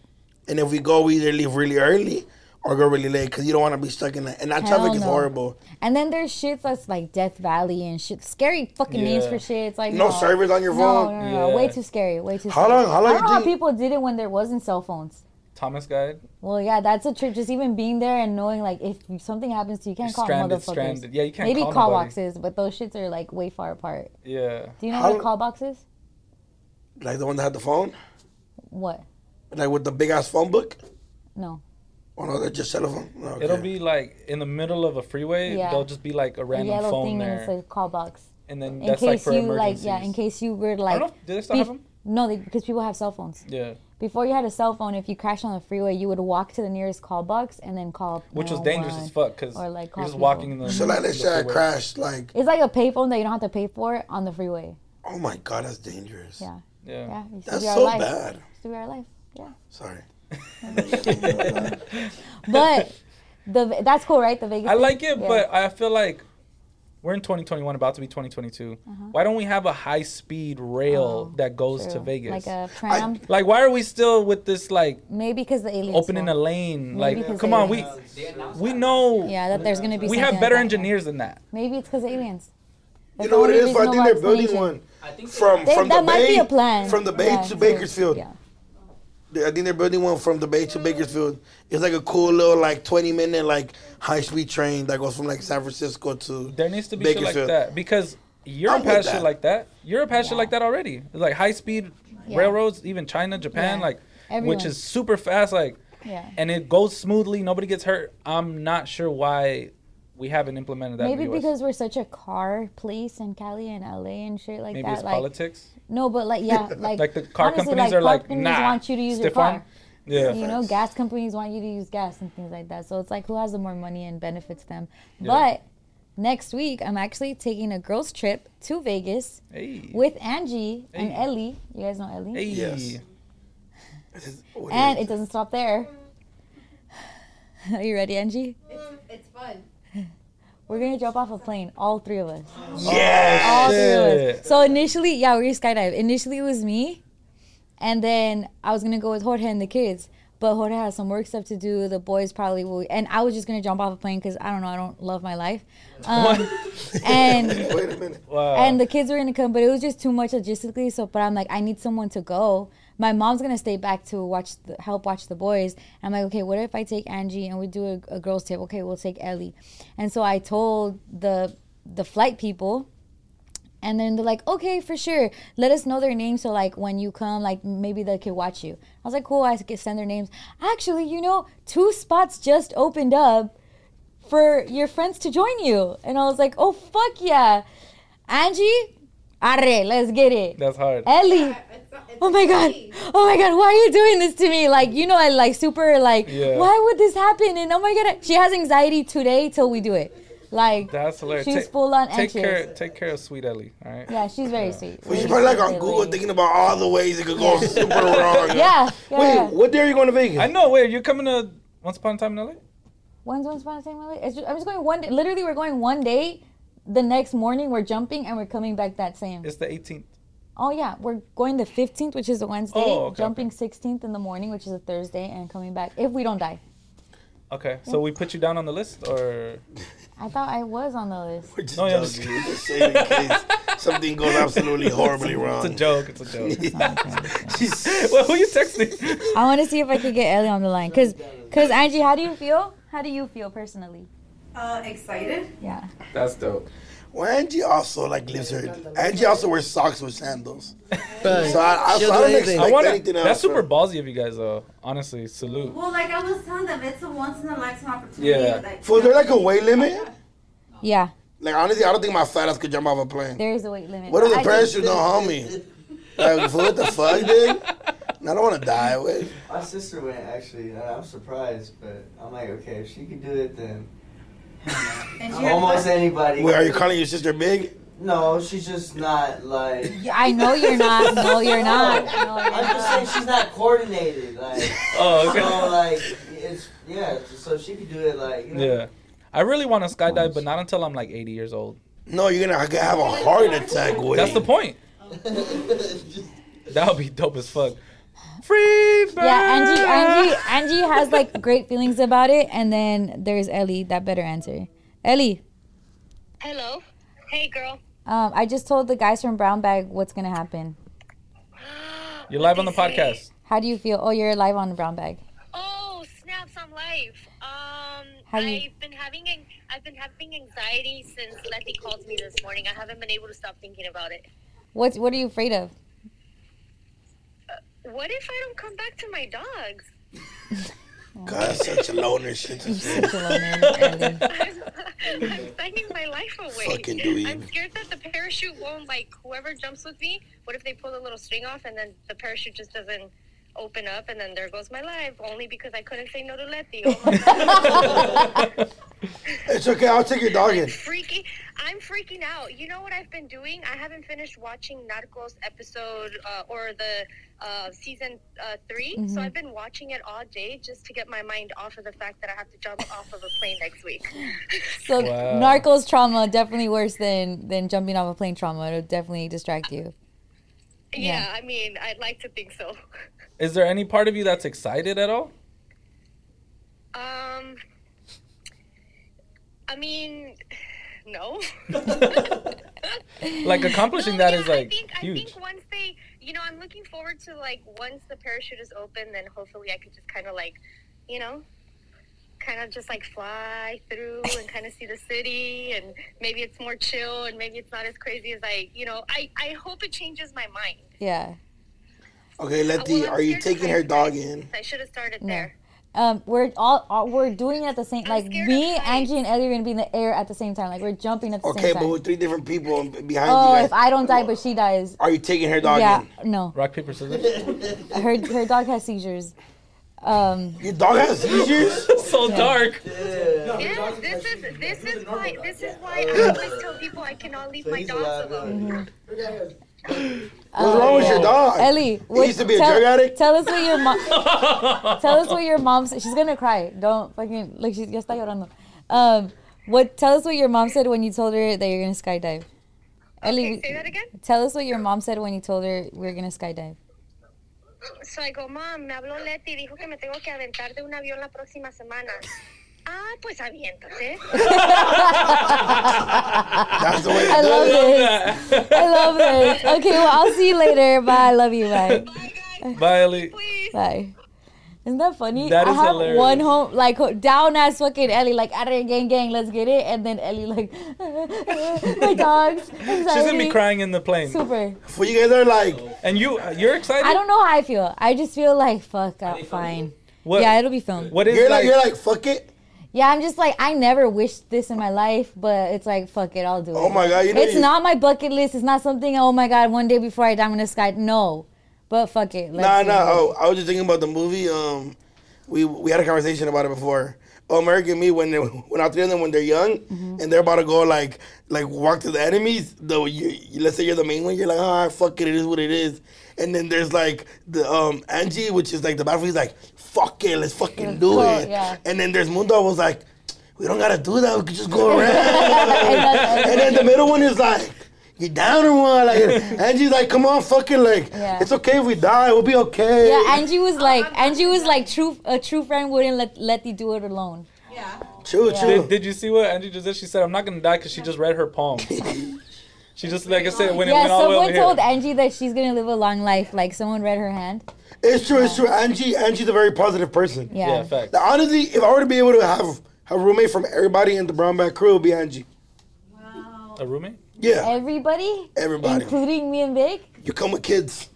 And if we go, we either leave really early or go really late, cause you don't want to be stuck in that. And that
Hell
traffic is
no.
horrible.
And then there's shit that's like Death Valley and shit. Scary fucking names
Yeah.
for shit. It's like
No service on your
No,
phone?
no, no, no.
Yeah.
Way too scary. Way too.
How
scary.
long- how
I
long
don't know
you
how
think-
people did it when there wasn't cell phones.
Thomas guide.
Well, yeah, that's a trip. Just even being there and knowing, like, if something happens to you, you can't
You're
call
stranded,
motherfuckers.
stranded. Yeah, you can't
Maybe
call
call
nobody.
boxes, but those shits are like way far apart.
Yeah.
Do you know
How-
what a call box is?
Like the one that had the phone,
What?
like with the big ass phone book.
No.
Oh no, that's just telephone. No, okay.
It'll be like in the middle of a freeway.
Yeah.
There'll just be like a
A
random
yellow
phone
thing and
there,
it's a call box.
and then
In
that's like
case
for
you like,
emergencies.
yeah, in case you were
I
like.
don't know. Do they still have
be-
them?
No, they, because people have cell phones.
Yeah.
Before you had a cell phone, if you crashed on the freeway, you would walk to the nearest call box and then call.
which was dangerous
911.
as fuck because
or, like,
you're
call
just
people.
walking in the.
So like, let's
the
say I
freeway.
crashed. Like,
It's like a pay phone that you don't have to pay for on the freeway.
oh my god, that's dangerous.
Yeah.
Yeah.
Yeah. It used to
That's
be our
so
life.
bad.
Used to be our life. Yeah.
Sorry.
But the that's cool, right? The Vegas.
I
thing?
like it,
Yeah.
but I feel like we're in 2021, about to be 2022. Why don't we have a high speed rail
Uh-huh. Oh,
that goes to
True.
Vegas?
Like a pram.
Like, why are we still with this like
Maybe because the aliens.
opening a
won't.
lane?
Maybe
Like,
because
come
they-
on, we we know
Yeah, that there's gonna be.
we
something
have
like
better
that.
engineers than that.
Maybe it's because aliens. That's
You
the
know what it
only
is? So I
reason no
think they're building
explanation.
one
I think so.
from
They-
from
that
the
might
bay
be a plan.
from the bay
Yeah,
to Bakersfield.
Yeah.
I think they're building one from the Bay to Bakersfield. It's like a cool little like twenty minute like high speed train that goes from like San Francisco to
There needs to be shit like
Bakersfield.
that because Europe
with
has
that.
shit like that. Europe has
Yeah.
shit like that already. It's like high speed
Yeah.
railroads, even China, Japan,
Yeah.
like
Everyone.
which is super fast. Like
Yeah.
and it goes smoothly. Nobody gets hurt. I'm not sure why we haven't implemented that. in
Maybe
the US.
because we're such a car place in Cali and LA and shit like
maybe
that.
it's
like
politics.
no, but like yeah, like
Like the car
honestly,
companies
like,
are like,
car companies
nah,
want you to use your
stiff arm."
car.
Yeah,
you know, gas companies want you to use gas and things like that. So it's like who has the more money and benefits them. But next week, I'm actually taking a girls' trip to Vegas
Hey.
with Angie and
Hey.
Ellie. You guys know Ellie.
Hey.
Yes. What is
And
it?
it doesn't stop there. Are you ready, Angie?
It's, it's fun.
We're gonna jump off a plane, all three of us.
yeah,
All three of
Oh, Shit.
us. So initially, yeah, we are gonna skydive. Initially, it was me, and then I was gonna go with Jorge and the kids. But Jorge has some work stuff to do. The boys probably will, and I was just gonna jump off a plane because I don't know, I don't love my life. Um, and
wait a minute.
Wow.
and the kids were gonna come, but it was just too much logistically. So, but I'm like, I need someone to go. My mom's gonna stay back to watch, the, help watch the boys. I'm like, okay, what if I take Angie and we do a, a girls' table? Okay, we'll take Ellie. And so I told the the flight people, and then they're like, okay, for sure. Let us know their names so like when you come, like maybe they could watch you. I was like, cool. I could send their names. Actually, you know, two spots just opened up for your friends to join you, and I was like, oh fuck yeah. Angie, arre, let's get it.
That's hard.
Ellie,
It's not- it's
oh my god,
easy.
oh my god, why are you doing this to me? Like, you know, I like super like,
Yeah.
why would this happen? And oh my god, she has anxiety today till we do it. Like,
That's hilarious.
she's
Ta-
full on
Take
anxious.
care. Take care of Sweet Ellie. All right.
yeah, she's very sweet.
Well,
Really
you're probably like on
sweet
Google
lady.
thinking about all the ways it could go super wrong.
Yeah, yeah. yeah.
Wait, what day are you going to Vegas?
I know. Wait, you're coming to Once Upon a Time in LA?
When's once upon a time in LA? It's just, I'm just going one day. Literally, we're going one day. The next morning, we're jumping and we're coming back that same.
It's the 18th.
Oh yeah, we're going the 15th, which is a Wednesday.
Oh, okay,
jumping 16th in the morning, which is a Thursday, and coming back if we don't die.
Okay. So we put you down on the list, or
I thought I was on the list.
We're just
No, Oh, yeah,
joking. Just saying in case something goes absolutely horribly wrong.
it's a joke. It's a joke.
She's-
well, who you texting?
I want to see if I could get Ellie on the line, cause, cause Angie, how do you feel? How do you feel personally?
Uh, excited.
Yeah.
That's dope.
Well, Angie also like lives her. Angie also wears socks with sandals.
Bro,
So I, I, so
She'll
I
do
don't
anything.
expect
I
I wanna,
anything else.
that's super
from-
ballsy of you guys, though. Honestly, salute.
Well, like I was telling them, it's a once in a lifetime opportunity.
Yeah.
Like,
For there like a weight limit?
Yeah.
Like honestly, I don't think my fat ass could jump off a plane.
There is a weight limit.
What if
I
the
just-
parachute don't hold me? Like what the fuck, dude? And I don't want to die. Wait.
My sister went actually, and I'm surprised, but I'm like, okay, if she could do it, then
and she had
almost
fun.
anybody.
Wait, are you calling your sister big?
No, she's just not like.
Yeah, I know you're not. No, you're not. No, you're
I'm just
not.
saying she's not coordinated. Like,
Oh,
so
okay.
like it's yeah. So if she could do it like you know,
Yeah. I really want to skydive, but not until I'm like 80 years old.
No, you're gonna have a heart attack. Wait.
That's the point. That would be dope as fuck. Free bird.
Yeah, Angie, Angie, Angie has like great feelings about it, and then there's Ellie. That better answer. Ellie,
Hello. Hey, girl.
um, I just told the guys from Brown Bag what's gonna happen.
You're live on the podcast.
How do you feel? Oh, you're live on Brown Bag.
Oh, snaps! I'm live. Um,
How you-
I've been having an- I've been having anxiety since Letty called me this morning. I haven't been able to stop thinking about it.
What's what are you afraid of?
What if I don't come back to my dogs?
God, that's such a loner shit to say.
Such a loner, Ellie.
I'm, I'm signing my life away.
Fucking dweeb.
I'm scared that the parachute won't like whoever jumps with me. What if they pull the little string off and then the parachute just doesn't open up, and then there goes my life, only because I couldn't say no to Letty. Oh my
It's okay. I'll take your dog in.
freaking I'm freaking out. You know what I've been doing? I haven't finished watching Narcos episode uh, or the uh, season uh, 3 so I've been watching it all day just to get my mind off of the fact that I have to jump off of a plane next week.
So
Wow.
Narcos trauma definitely worse than than jumping off a plane trauma. It'll definitely distract you.
yeah, I mean, I'd like to think so.
Is there any part of you that's excited at all?
Um, I mean, no.
Like accomplishing
No,
that
yeah,
is like
I think,
huge.
I think once they, you know, I'm looking forward to like once the parachute is open, then hopefully I could just kind of like, you know, kind of just like fly through and kind of see the city, and maybe it's more chill, and maybe it's not as crazy as I, you know, I I hope it changes my mind.
Yeah.
Okay,
Well,
Letty,
I'm
are you
scared to
taking
hide
her
the
dog
fact.
in?
I should have started
No.
there.
Um, we're all, all we're doing it at the same like
scared
me,
of heights.
Angie, and Ellie are gonna be in the air at the same time. Like we're jumping at the
Okay,
same
but
time.
with three different people behind you.
oh,
guys,
if I don't die but she dies,
are you taking her dog
yeah,
in?
no.
Rock paper scissors.
Her her dog has seizures. Um,
Your dog has seizures.
so dark.
Yeah, this is this is why this is why I always tell people I cannot leave my dogs alone.
What's wrong with your dog?
Ellie, what,
used to be a
tell,
drug addict?
Tell us what your mom. tell us what your mom said. She's gonna cry. Don't fucking like she's ya está llorando. Um, what? Tell us what your mom said when you told her that you're gonna skydive.
Okay,
Ellie,
say that again.
tell us what your mom said when you told her we're gonna skydive.
So I go, mom, me habló Leti y dijo que me tengo que aventar de un avión la próxima semana. Ah, pues aviéntate.
That's the way.
I
to do
love
it.
this. I love this. Okay, well I'll see you later. Bye. I love you. Bye.
Bye, guys.
Bye, Ellie.
Please.
Bye. Isn't that funny?
That
I
is
have
hilarious.
one home like ho- down ass fucking Ellie like out of here, gang gang let's get it and then Ellie like my dogs.
She's gonna
anxiety.
be crying in the plane.
Super.
For you guys that are like,
And you, you're excited.
I don't know how I feel. I just feel like fuck I'm fine.
What,
Yeah, it'll be filmed.
what is
you're like,
like?
you're like, fuck it.
Yeah, I'm just like I never wished this in my life, but it's like fuck it, I'll do it.
Oh my god, you know
It's
you-
not my bucket list. It's not something. Oh my god! One day before I die, I'm gonna sky. No, but fuck it. Let's
Nah,
do
nah.
it.
Oh, I was just thinking about the movie. Um, we we had a conversation about it before. Oh, America and Me, when they, when all three of them when they're young
Mm-hmm.
and they're about to go like like walk to the enemies. Though you, you- let's say you're the main one, you're like, all right, fuck it, it is what it is. And then there's like the um Angie, which is like the battlefield. He's like, fuck it, let's fucking do
Let's
it.
go, yeah.
And then there's Mundo was like, we don't gotta do that. We could just go around.
And that's-
And then the middle one is like, you down or what? Like, Angie's like, come on, fucking like,
Yeah.
it's okay if we die, we'll be okay.
yeah, Angie was like, Angie was like, true, a true friend wouldn't let Letty do it alone.
Yeah.
true,
Did,
true.
did you see what Angie just did? She said, "I'm not gonna die because she just read her poem." she just like I said when it
yeah,
went all the way over
someone
here.
told Angie that she's gonna live a long life. Like someone read her hand.
It's true, it's true. Angie, Angie's a very positive person.
Yeah.
yeah, fact.
Now, honestly, if I were to be able to have a roommate from everybody in the brown bag crew, it would be Angie.
Wow.
A roommate?
Yeah,
Everybody,
everybody.
including me and Vic.
You come with kids.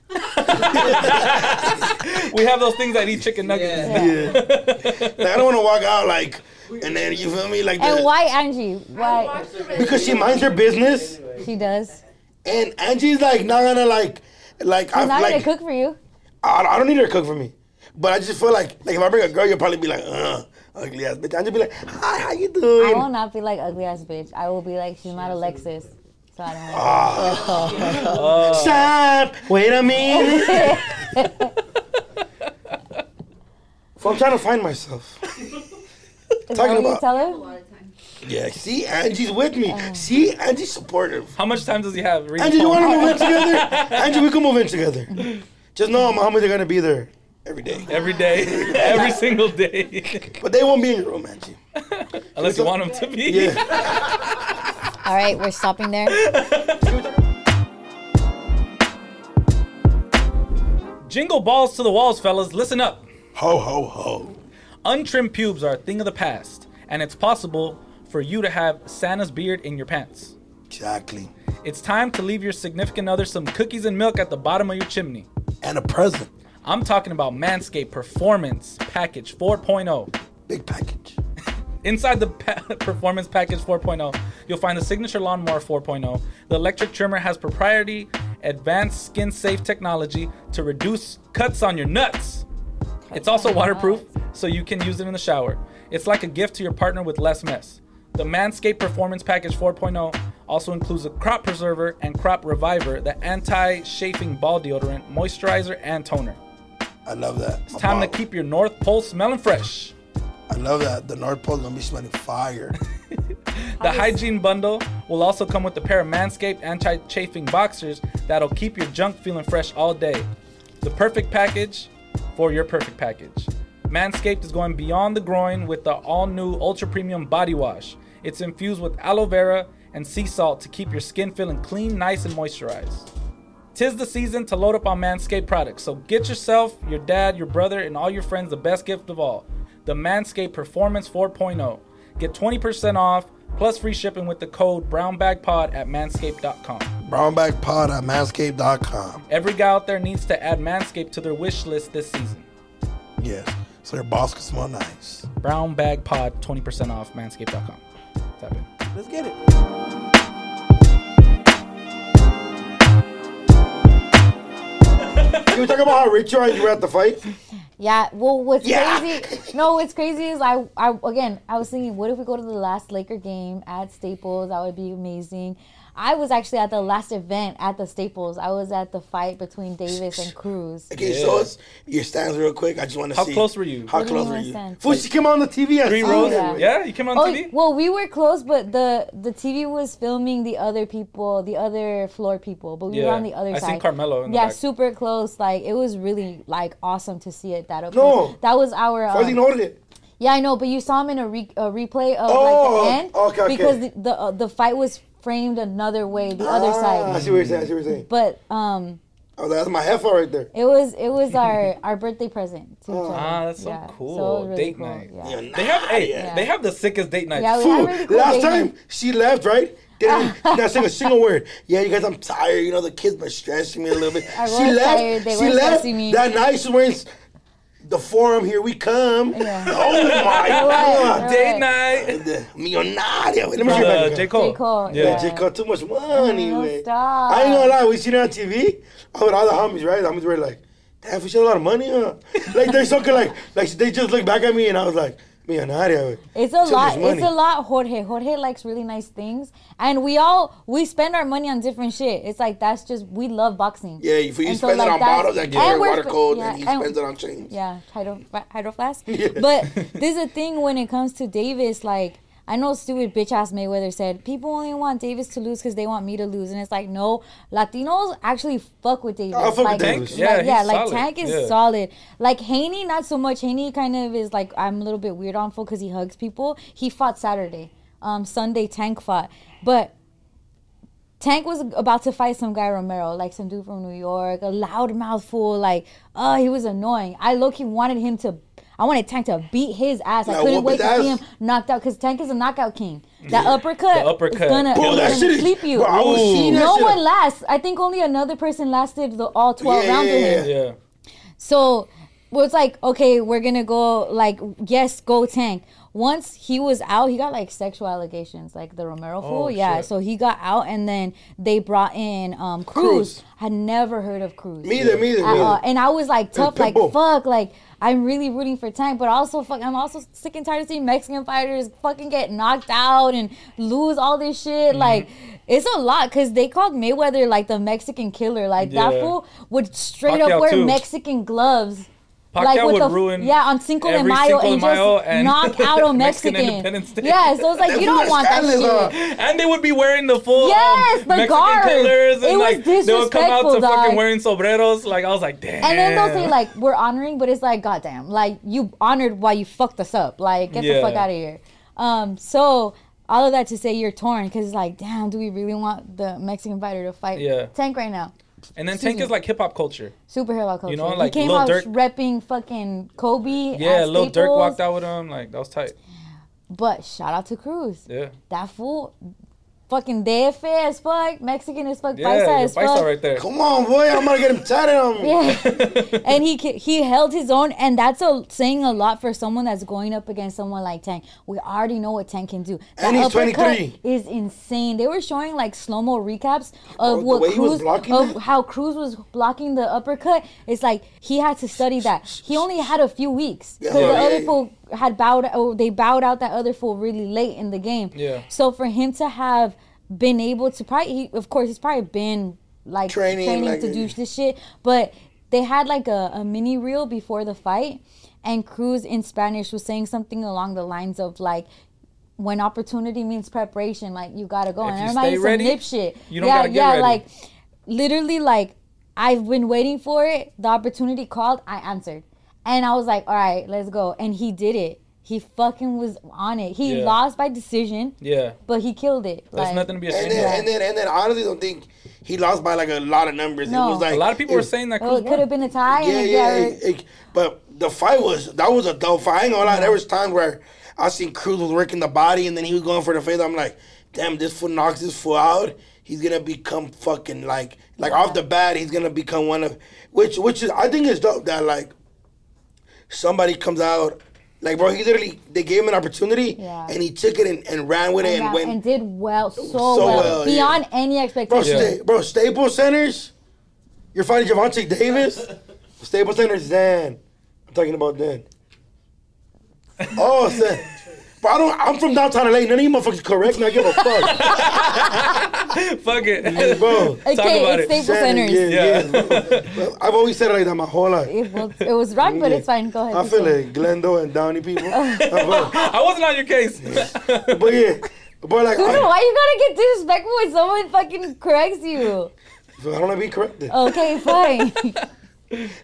We have those things that eat chicken nuggets.
Yeah.
Like, I don't want to walk out like, and then you feel me like.
And
the-
why Angie? Why
Watch the rest.
Because she minds her business,
she does?
and Angie's like not gonna like, like
She's not
like
gonna cook for you.
I, I don't need her to cook for me. But I just feel like, like if I bring a girl, you'll probably be like, uh, ugly ass bitch. I'll just be like, hi, how you
I
doing?
will not be like ugly ass bitch. I will be like she's not Alexis. So I don't. want
Uh,
Stop! Ah. Wait a minute. so I'm trying to find myself.
Is that
Talking
what you
about-
tell Oh.
A
her?
lot of times.
Yeah, see, Angie's with me. See, Angie's supportive.
How much time does he have? Read
Angie,
the
you
poem.
want to move in together? Angie, we can move in together. Just know how many are gonna be there every day,
every day, every single day,
but they won't be in your room, Angie.
unless you want him to be.
Yeah.
All right, we're stopping there.
Jingle balls to the walls, fellas. Listen up.
Ho ho ho.
Untrimmed pubes are a thing of the past, and it's possible for you to have Santa's beard in your pants.
Exactly.
It's time to leave your significant other some cookies and milk at the bottom of your chimney.
And a present,
I'm talking about Manscaped Performance Package oh. 4.0.
big package.
Inside the pa- Performance oh, Package 4.0, you'll find the signature lawnmower 4.0. The electric trimmer has proprietary advanced skin safe technology to reduce cuts on your nuts. It's also waterproof, so you can use it in the shower. It's like a gift to your partner with less mess. The Manscaped Performance Package 4.0 also includes a crop preserver and crop reviver, the anti chafing ball deodorant, moisturizer, and toner.
I love that.
It's time to keep your North Pole smelling fresh.
I love that. The North Pole's gonna be smelling fire.
The hygiene bundle will also come with a pair of Manscaped anti chafing boxers that'll keep your junk feeling fresh all day. The perfect package for your perfect package. Manscaped is going beyond the groin with the all new ultra premium body wash. It's infused with aloe vera and sea salt to keep your skin feeling clean, nice, and moisturized. Tis the season to load up on Manscaped products, so get yourself, your dad, your brother, and all your friends the best gift of all the Manscaped Performance 4.0. Get 20% off plus free shipping with the code BrownBagPod at manscaped.com.
Brownbackpod at manscaped.com.
Every guy out there needs to add Manscaped to their wish list this season.
Yes. So your boss can smell nice.
Brown Bag Pod, 20% off manscaped.com. Tap in.
Let's get it. Can we talk about how rich you are and you were at the fight?
Yeah. Well, what's
Yeah.
crazy? No, what's crazy is I, I again, I was thinking, what if we go to the last Laker game at Staples? That would be amazing. I was actually at the last event at the Staples. I was at the fight between Davis and Cruz.
Can you
Yeah.
show us your stands real quick? I just want to
How
see.
close were you?
How
What do you
close
mean
were
my
you?
stands?
Fool, she came on the TV. I
Three
saw
rows?
it.
Oh, yeah.
Yeah, you came on
Oh,
TV?
well, we were close, but the the TV was filming the other people, the other floor people, but we were
Yeah.
on the other
I
side.
seen Carmelo in the
yeah,
back.
super close. Like it was really like awesome to see it that up.
No.
close. that was our.
Fool,
um,
you know it.
Yeah, I know, but you saw him in a, re- a replay of
Oh,
like the end
okay, okay.
because the the, uh, the fight was framed another way, the other
Ah, I
side.
see what you're saying. I see what you're saying.
But um,
I was like, that's my heifer right there.
it was it was our our birthday present. To each other.
Ah, that's so
Yeah, it
cool.
was really
Date
cool,
night.
yeah.
Yeah, nah,
They have hey,
yeah.
they have the sickest date nights.
Oh, Yeah, we
Fool,
have really cool
last
date
time
night.
she left, right? Didn't, did not sing a single word. Yeah, you guys, I'm tired. You know, the kids been stressing me a little bit.
I
she
was
left.
tired. They
she
were
left.
stressing me.
That night, she wearing s- the forum. Here we come.
Yeah.
Oh
was,
my
it
God.
Date
Right.
night.
The Millonaria. Let me show you
Uh,
back.
J. Cole.
J. Cole,
Yeah.
yeah. Oh,
Yeah, J. Cole, too much money,
No,
man.
stop.
I ain't gonna lie, we seen it on TV. I with all the homies, right? The homies were like, damn, we should have a lot of money, huh? like, they're so good, like, like, they just looked back at me and I was like, millonaria.
It's a
Too much
lot.
money.
It's a lot, Jorge. Jorge likes really nice things, and we all we spend our money on different shit. It's like that's just we love boxing.
Yeah, if you
And so,
spend
like,
it on
that's-
bottles, I
and
give her
we're
water
sp-
cold,
yeah,
and he
and-
spends it on chains.
Yeah, hydro fi- hydro flask.
Yeah.
But this is the thing when it comes to Davis. Like I know stupid bitch ass Mayweather said people only want Davis to lose because they want me to lose, and it's like no, Latinos actually fuck with Davis.
I fuck with
like,
Davis.
like,
Yeah,
yeah,
he's
like
solid.
Tank is
Yeah.
solid. Like Haney, not so much. Haney kind of is like I'm a little bit weird on full because he hugs people. He fought Saturday, um, Sunday Tank fought, but. Tank was about to fight some guy Romero, like some dude from New York, a loud mouthful, like, oh, he was annoying. I low key wanted him to, I wanted Tank to beat his ass. I
Now,
couldn't
whoop
wait
his
to see
ass.
him knocked out because Tank is a knockout king. That uppercut,
The uppercut.
is gonna,
Bro,
is
that
gonna
shit is.
sleep you.
Bro, I was seeing that
no
shit.
one lasts. I think only another person lasted the all 12
Yeah,
rounds
yeah,
with him.
yeah.
Yeah.
So well, it's like, okay, we're gonna go like yes, go tank. Once he was out, he got like sexual allegations, like the Romero fool. yeah.
shit.
So he got out and then they brought in um Cruz.
Cruz.
Had never heard of Cruz.
Me either, me
At
either, me
all.
either.
Uh-uh. And I was like tough, like
Pitbull.
fuck, like I'm really rooting for Tank, but also fuck, I'm also sick and tired of seeing Mexican fighters fucking get knocked out and lose all this shit.
Mm-hmm.
Like it's a lot because they called Mayweather like the Mexican killer. Like
Yeah.
that fool would straight
Pacquiao,
up wear
too.
Mexican gloves.
Pacquiao
with
would
the-
ruin
yeah on Cinco de
every
Mayo
Cinco de
and
Mayo
just
and
knock out a
Mexican
Mexican.
Independence Day.
Yeah, so it's like you don't want that shit.
And they would be wearing the full
Yes, the
um, Mexican
garb.
colors, and
It was
like they would come out to
disrespectful,
fucking
dog.
wearing sombreros. Like I was like, damn.
And then they'll say like we're honoring, but it's like goddamn, like you honored while you fucked us up. Like get
Yeah.
the fuck out of here. Um, so all of that to say you're torn because it's like damn, do we really want the Mexican fighter to fight
Yeah.
Tank right now?
and then
excuse
Tank is
me.
like hip hop culture.
Superhero culture.
know, like
he came
Lil
out
Durk-
repping fucking Kobe.
Yeah,
at
Lil Durk walked
Staples,
out with him. Like that was tight.
But shout out to Cruz.
Yeah.
That fool, Fucking de fe as fuck, Mexican as fuck,
Yeah,
paisa
your
as fuck.
paisa right there.
Come on, boy. I'm gonna get him tatted on me.
Yeah. and he ca- he held his own, and that's a saying a lot for someone that's going up against someone like Tank. We already know what Tank can do.
And he's
uppercut
23.
Is insane. They were showing like slow mo recaps
Bro,
of
the
what
way he was
Cruz
blocking
of
that?
how Cruz was blocking the uppercut. It's like he had to study that. He only had a few weeks because
Yeah,
the
yeah,
other
yeah.
fool had bowed. Oh, they bowed out that other fool really late in the game.
Yeah.
So for him to have been able to probably, he, of course, he's probably been like
Training,
training,
like-
to do this shit. But they had like a, a mini reel before the fight, and Cruz in Spanish was saying something along the lines of like, "When opportunity means preparation, like you gotta go."
If
and
you
everybody's
stay
some
ready,
nip shit.
you don't
yeah,
gotta get
yeah,
ready.
like literally, like I've been waiting for it. The opportunity called. I answered, and I was like, "All right, let's go." And he did it. He fucking was on it. He
Yeah.
lost by decision,
Yeah,
but he killed it.
there's
like,
nothing to be
And
ashamed
then,
of.
and then, and then, I honestly don't think he lost by like a lot of numbers. It
No.
was like
A lot of people were
it-
saying that
Well,
Cruz
it could have
won.
been a tie.
Yeah,
and it-
yeah,
yeah,
it- it- but the fight was that was a dope fight. I ain't gonna lie, there was times where I seen Cruz was working the body and then he was going for the face. I'm like, damn, this fool knocks this fool out. He's gonna become fucking like like off the bat. He's gonna become one of which which is I think it's dope that like somebody comes out. Like bro, he literally they gave him an opportunity
Yeah.
and he took it and, and ran with it and,
and,
went.
did well, so,
so
well,
well, yeah.
beyond any
Bro,
expectation.
sta- bro, Staples Centers, you're fighting Javante Davis. Staples Centers, Dan. I'm talking about Dan. Oh, Sam. Bro, I don't, I'm from downtown LA. None of you motherfuckers correct me. I give a fuck.
Fuck it.
Bro,
Talk
okay,
about
it's
it.
Staples
Shannon,
Centers.
yeah,
Yeah.
yeah, bro. I've always said it like that my whole life.
It, was, it was wrong, but it's fine. Go ahead.
I
keep
feel
going.
like Glendo and Downey people. but,
I wasn't on your case.
but yeah, but like,
Dude,
I,
why you gotta get disrespectful when someone fucking corrects you?
I don't want to be corrected.
Okay, fine.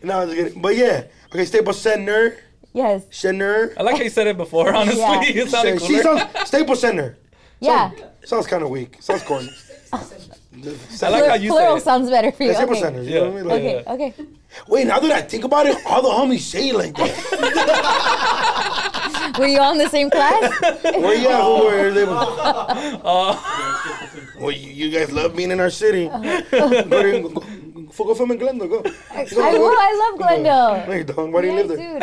No, I'm just kidding. But yeah, okay, Staples Center,
yes.
Center.
I like how you said it before. Honestly,
Yeah.
it sounded
She
cooler.
sounds Staples Center.
Yeah.
Sounds kind of weak. Sounds corny.
I like how
Plur-
you
Plural
say it.
sounds better for you.
Staples
Okay.
Center. You
Yeah.
know what I mean? Like,
Okay,
Yeah.
okay.
Wait, now that I think about it, all the homies say it like that.
Were you all in the same class?
Where you at? Who were they?
Uh,
Well, you, you guys love being in our city. go to, go, go, go film in Glendale. Go.
Uh-huh. I will. I love
No,
Glendale.
you don't. Why do you
Yeah,
live there?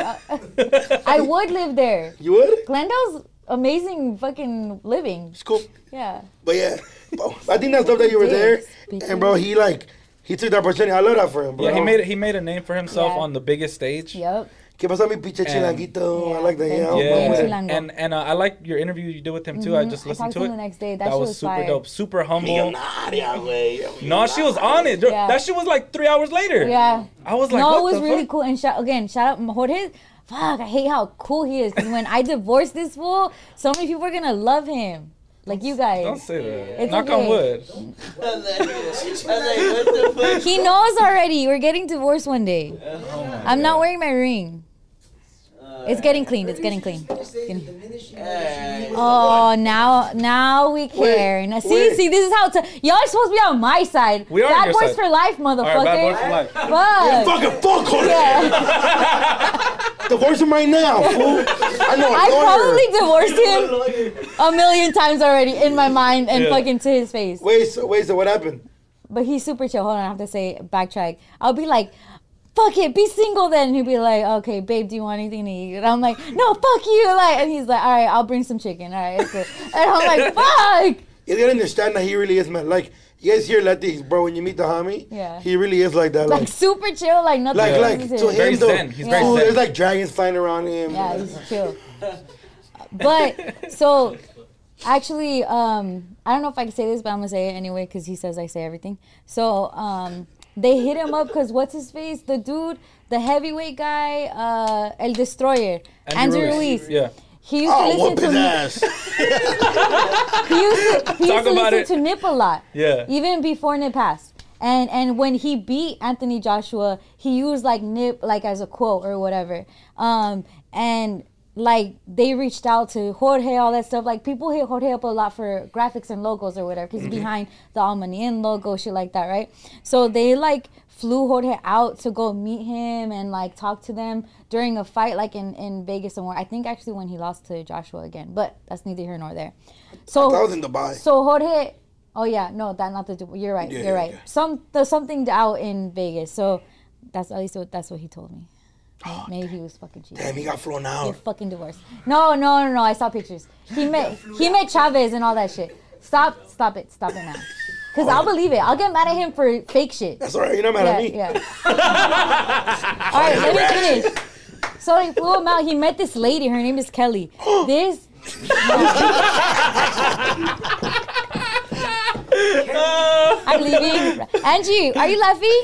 dude. I- I would live there.
You would?
Glendale's amazing fucking living.
It's cool.
Yeah.
But yeah, bro, I think that's dope that you were there. And bro, he like he took the opportunity. I love that for him. Bro.
Yeah, he made he made a name for himself
Yeah.
on the biggest stage.
Yep.
Que pasa mi pinche chilanguito? I like that.
Yeah,
Yeah, I'm
Yeah,
with it.
Chilango.
and and uh, I like your interview you did with him too. I just
Mm-hmm. I talked
listened to
to
it.
him the next day. That,
that
shit
was, super
fire.
dope, super humble.
Millonaria, güey.
No, she was on it.
Yeah.
That shit was like three hours later.
Yeah.
I was like,
no,
what
it was
the
really
fuck?
cool. And shout again, shout out Jorge. Fuck, I hate how cool he is. Because when I divorce this fool, so many people are gonna love him, like you
Don't
guys.
say that.
It's
Knock on
okay.
wood.
He knows already. We're getting divorced one day. I'm not wearing my ring. It's getting cleaned. It's getting clean. Getting- Oh, now now we care. now, see,
wait.
see, this is how. To, y'all are supposed to be on my side.
We are on
bad
your
boys
side.
for life,
All right, bad boy
motherfucker.
for life.
Fuck.
Fucking fuck Jorge.
Yeah.
Divorce him right now, fool. I know a
I
lawyer.
probably divorced him
Oh.
a million times already in my mind and
Yeah.
fucking to his face.
Wait, so, wait, so what happened?
But he's super chill. Hold on, I have to say backtrack. I'll be like, fuck it, be single then. And he'll be like, okay, babe, do you want anything to eat? And I'm like, no, fuck you. Like, and he's like, all right, I'll bring some chicken. All right, it's good. And I'm like, fuck.
You gotta understand that he really is man. Like you guys hear Latis, bro. When you meet the homie,
Yeah.
he really is like that.
Like
Like,
super chill. Like nothing.
like, like,
phases
to
him.
him
Very
though.
zen. He's very
fool,
zen.
There's like dragons flying around him.
Yeah, he's chill. But so actually, um, I don't know if I can say this, but I'm gonna say it anyway because he says I say everything. So um, they hit him up because what's his face? The dude, the heavyweight guy, uh, El Destroyer, Andrew, Ruiz.
Yeah.
He used
Oh,
to
whoop
listen
his
to Nip-
ass.
he used to, he
Talk
used to
about
listen
it.
to Nip a lot.
Yeah.
Even before Nip passed. And and when he beat Anthony Joshua, he used like Nip like as a quote or whatever. Um and like they reached out to Jorge, all that stuff. Like people hit Jorge up a lot for graphics and logos or whatever, because behind the Almanien logo, shit like that, right? So they like flew Jorge out to go meet him and like talk to them during a fight, like in in Vegas somewhere. I think actually when he lost to Joshua again, but that's neither here nor there. So
That was in Dubai.
so Jorge Oh yeah, no, that not the. Dubai. You're right.
Yeah,
you're
yeah,
right.
yeah.
Some there's something out in Vegas, so that's at least what, that's what he told me. May- Maybe he was fucking cheating.
Ah, Damn, he got flown
You're
out.
fucking divorced. No, no, no, no. I saw pictures. He met he met Chavez and all that shit. Stop, stop it, stop it now. Cause
Oh,
I'll believe it. I'll get mad at him for fake shit.
That's all right. You're not mad
yeah,
at me.
yeah. all right, let me finish. So he flew him out. He met this lady. Her name is Kelly. This I'm leaving. Angie, are you laughing?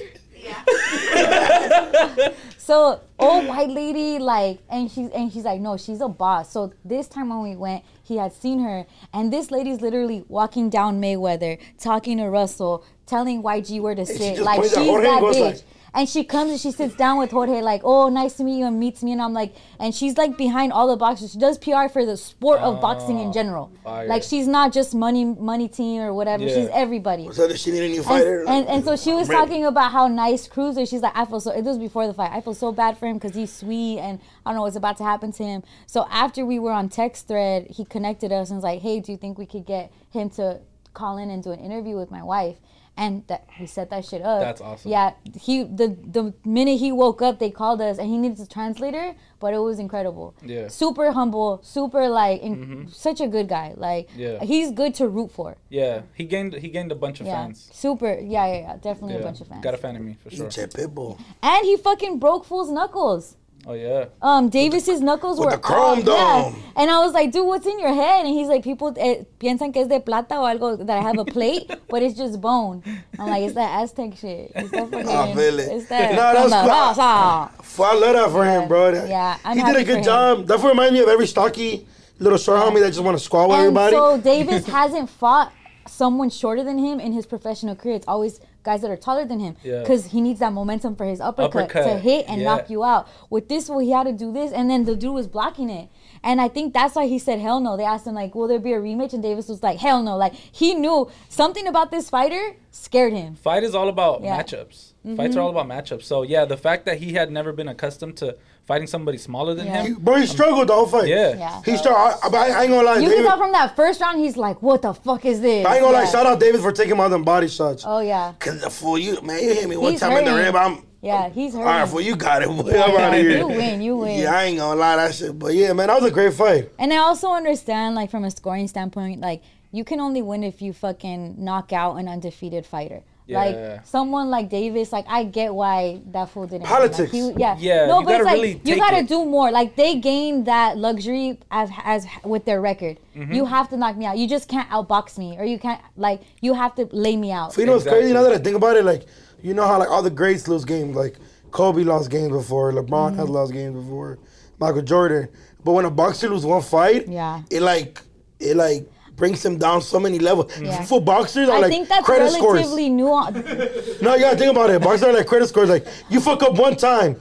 Yeah.
So old white lady, like, and she's and she's like, no, she's a boss. So this time when we went, he had seen her, and this lady's literally walking down Mayweather, talking to Russell, telling YG where to sit,
just
like she's
points at
that
Jorge and goes
bitch.
like-
and she comes and she sits down with Jorge, like, oh, nice to meet you, and meets me, and I'm like, and she's like behind all the boxers. She does PR for the sport of boxing
Ah,
in general.
fire.
Like she's not just money money team or whatever.
Yeah.
She's everybody.
So that she need a new fighter.
And, and, and so she was
Ready.
talking about how nice Cruz is. She's like, I feel so. It was before the fight. I feel so bad for him because he's sweet, and I don't know what's about to happen to him. So after we were on text thread, he connected us and was like, Hey, do you think we could get him to call in and do an interview with my wife? And that we set that shit up.
That's awesome.
Yeah, he the the minute he woke up, they called us, and he needed a translator, but it was incredible.
Yeah. Mm-hmm.
Super humble, super like, in, such a good guy. Like,
Yeah.
he's good to root for.
Yeah, he gained he gained a bunch of
Yeah,
fans.
super. Yeah, yeah, yeah. Definitely
Yeah.
a bunch of fans.
Got a fan in me for sure.
Jet Pitbull.
And he fucking broke fool's knuckles.
Oh yeah.
Um, Davis's knuckles
with
were
the chrome
yeah.
dome.
And I was like, dude, what's in your head? And he's like, people eh, piensan que es de plata o algo that I have a plate, but it's just bone. I'm like, it's that Aztec shit. It's that fucking.
I feel it.
It's that.
Ah, No, that's
from the
cla-
raza.
F- I love that for him, bro.
Yeah, yeah, I'm
he did
happy
a
for
good
him.
job. That reminds me of every stocky little short homie that just want to squat with
And
everybody.
so Davis hasn't fought someone shorter than him in his professional career. It's always guys that are taller than him
Yeah.
because he needs that momentum for his uppercut, to
Uppercut,
hit and
yeah.
knock you out. With this, well, he had to do this, and then the dude was blocking it. And I think that's why he said hell no. They asked him like, "Will there be a rematch?" And Davis was like, "Hell no!" Like he knew something about this fighter scared him.
Fight is all about
Yeah. Mm-hmm.
matchups. Fights are all about matchups. So yeah, the fact that he had never been accustomed to fighting somebody smaller than
Yeah.
him.
Bro, he struggled the whole fight.
Yeah.
Yeah,
He started. I, I, I ain't gonna lie.
you
David,
can tell from that first round, he's like, "What the fuck is this?"
I ain't gonna
yeah.
lie. Shout out Davis for taking all them body shots.
Oh yeah,
Cause the fool, you man, you hit me one
He's
time in the
hurting.
rib. I'm
yeah, he's hurting.
all right, fool. You got it. Boy. I'm out of here.
you win, you win.
Yeah, I ain't gonna lie that shit. But yeah, man, that was a great fight.
And I also understand, like, from a scoring standpoint, like, you can only win if you fucking knock out an undefeated fighter.
Yeah.
Like, someone like Davis, like, I get why that fool didn't. win. Like,
Politics.
he- yeah.
Yeah,
No,
you
but
gotta
it's like,
really
you
take
gotta
it.
do more. Like, they gain that luxury as, as with their record.
Mm-hmm.
You have to knock me out. You just can't outbox me, or you can't, like, you have to lay me out.
But you know what's
Exactly.
crazy now that I think about it? Like, you know how like all the greats lose games. Like Kobe lost games before, LeBron
Mm-hmm.
has lost games before, Michael Jordan. But when a boxer loses one fight,
Yeah.
it like it like brings him down so many levels.
Yeah.
For boxers, are
I
like
think that's
credit
relatively
scores.
nuanced.
No, you gotta think about it. Boxers are like credit scores. Like you fuck up one time,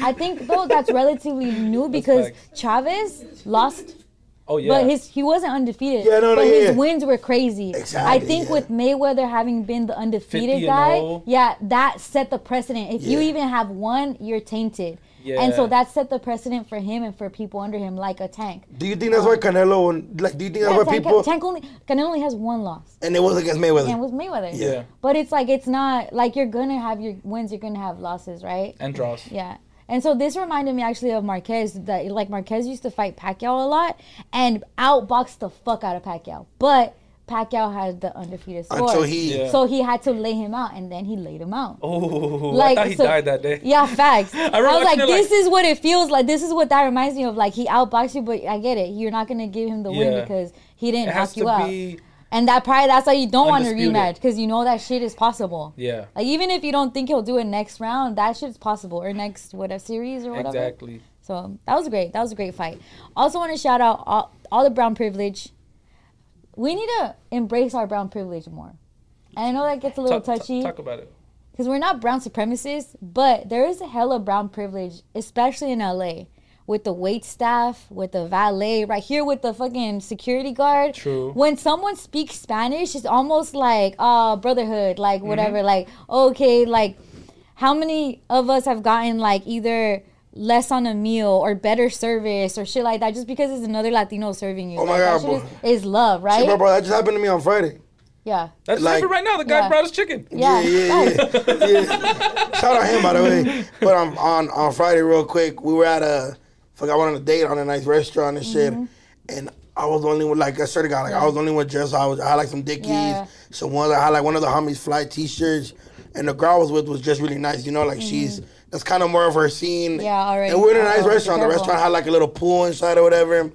I think though that's relatively new because
facts.
Chavez lost
Oh yeah.
But his he wasn't undefeated.
Yeah, no, no,
but
yeah,
his
yeah.
wins were crazy.
Exactly,
I think
yeah.
with Mayweather having been the undefeated
50 and
guy,
oh.
yeah, that set the precedent. If you
Yeah.
even have one, you're tainted. And so
Yeah.
that set the precedent for him and for people under him, like a tank.
Do you think that's
Oh.
why Canelo and like? Do you think that's
Yeah,
why
tank,
people?
tank only Canelo only has one loss,
and it was against Mayweather.
and it was Mayweather.
Yeah.
But it's like it's not like you're gonna have your wins, you're gonna have losses, right?
and draws.
Yeah. And so this reminded me actually of Marquez that like Marquez used to fight Pacquiao a lot and outboxed the fuck out of Pacquiao. But Pacquiao had the undefeated score.
Until he-
Yeah.
So he had to lay him out and then he laid him out.
Oh,
Like,
I thought he
so-
died that day.
Yeah, facts. I,
remember
was like,
watching it,
this is what it feels like. This is what that reminds me of. Like he outboxed you, but I get it. You're not gonna give him the win
Yeah.
because he didn't
It
knock
has to
you out.
be.
And that probably that's why you don't want a
Undisputed.
rematch because you know that shit is possible.
Yeah.
Like even if you don't think he'll do it next round, that shit's possible or next whatever series or whatever.
Exactly.
So that was great. That was a great fight. Also, want to shout out all, all the brown privilege. We need to embrace our brown privilege more. And I know that gets a little
Talk, talk-
touchy
talk about it.
because we're not brown supremacists, but there is a hell of brown privilege, especially in LA, with the wait staff, with the valet, right here with the fucking security guard.
True.
When someone speaks Spanish, it's almost like uh brotherhood, like whatever, like okay, like how many of us have gotten like either less on a meal or better service or shit like that just because it's another Latino serving you.
Oh my
Like, that
God,
shit is, is love, right?
Shit, bro, bro, that just happened to me on Friday.
yeah.
That's
Like-
different right now. The guy
Yeah.
brought us chicken.
Yeah.
yeah, yeah, yeah. yeah. Shout out him by the way. But um, on on Friday, real quick, we were at a fuck. I went on a date on a nice restaurant and shit,
Mm-hmm.
and I was the only one like I swear to God, like I was the only one dressed. I was I had like some Dickies,
Yeah.
some ones I had like one of the homies fly T-shirts, and the girl I was with was just really nice. You know, like she's that's kind of more of her scene.
Mm-hmm. Yeah, already.
And we we're in a nice
Uh-oh, be
restaurant. The
careful.
restaurant had like a little pool inside or whatever.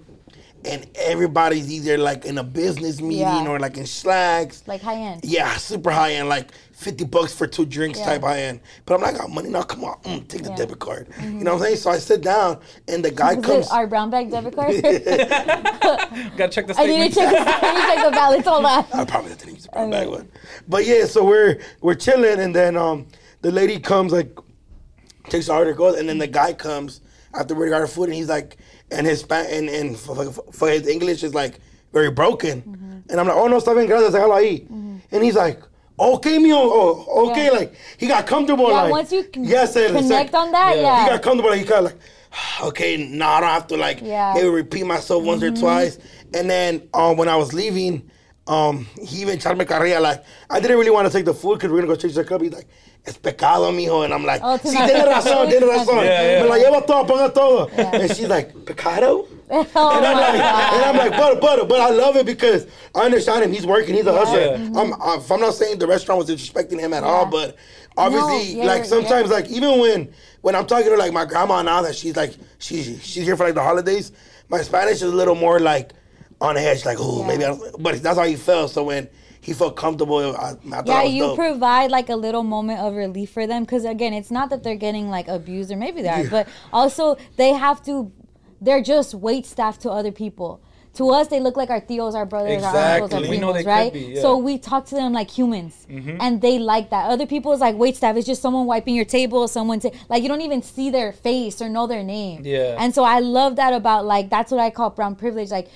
And everybody's either like in a business meeting
Yeah.
or like in slacks.
Like high end.
Yeah, super high end, like fifty bucks for two drinks
Yeah.
type high end. But I'm like, I got money now. Come on, mm, take the
Yeah. Mm-hmm.
debit card. You know what I'm saying? So I sit down, and the guy
Is
comes.
it our brown bag debit card? I
Gotta check the
need to
statement.
check, the- I need to check the balance on that.
I probably didn't use the brown bag one. But yeah, so we're we're chilling, and then um, the lady comes like takes the order, goes, and then the guy comes after we got our food, and he's like, and his span and and for, for- for his English is like very broken,
Mm-hmm.
and I'm like, oh no, está bien, gracias, déjalo ahí, and he's like. Okay, mio. Oh, okay.
Yeah.
Like he got comfortable.
Yeah,
like
once you con-
yes, sir,
connect
sir.
on that, yeah.
He got comfortable. Like, he kind of like, okay, now I don't have to like
Yeah. Mm-hmm.
maybe repeat myself once or twice. And then um, when I was leaving, um, he even tried me carrilla like I didn't really want to take the food because we're gonna go change the club. He's like, "Es pecado, mijo," and I'm like,
Oh,
"Sí,
to not-
tiene razón, tiene razón."
Yeah, yeah.
Me la lleva todo, ponga todo. And she's like, "Pecado."
oh
And I'm,
my
like,
God.
and I'm like, but, but, but I love it because I understand him. He's working. He's a hustler. I'm, I'm, if I'm not saying the restaurant was disrespecting him at all,
Yeah.
but obviously,
No, yeah,
like
yeah.
sometimes, like even when when I'm talking to like my grandma now that she's like she she's here for like the holidays, my Spanish is a little more like on edge. Like, oh,
Yeah.
maybe I don't. But that's how he felt. So when he felt comfortable, I, I thought
Yeah,
I was
you
dope.
provide like a little moment of relief for them because again, it's not that they're getting like abused or maybe they are, but also they have to. They're just wait staff to other people. To us, they look like our tios, our brothers, our uncles, our
Exactly. We know they
primos,
could
right?
be, yeah. Mm-hmm.
So we talk to them like humans, and they like that. Other people is like wait staff. It's just someone wiping your table, someone ta- like you don't even see their face or know their name.
Yeah.
And so I love that about like that's what I call brown privilege. Like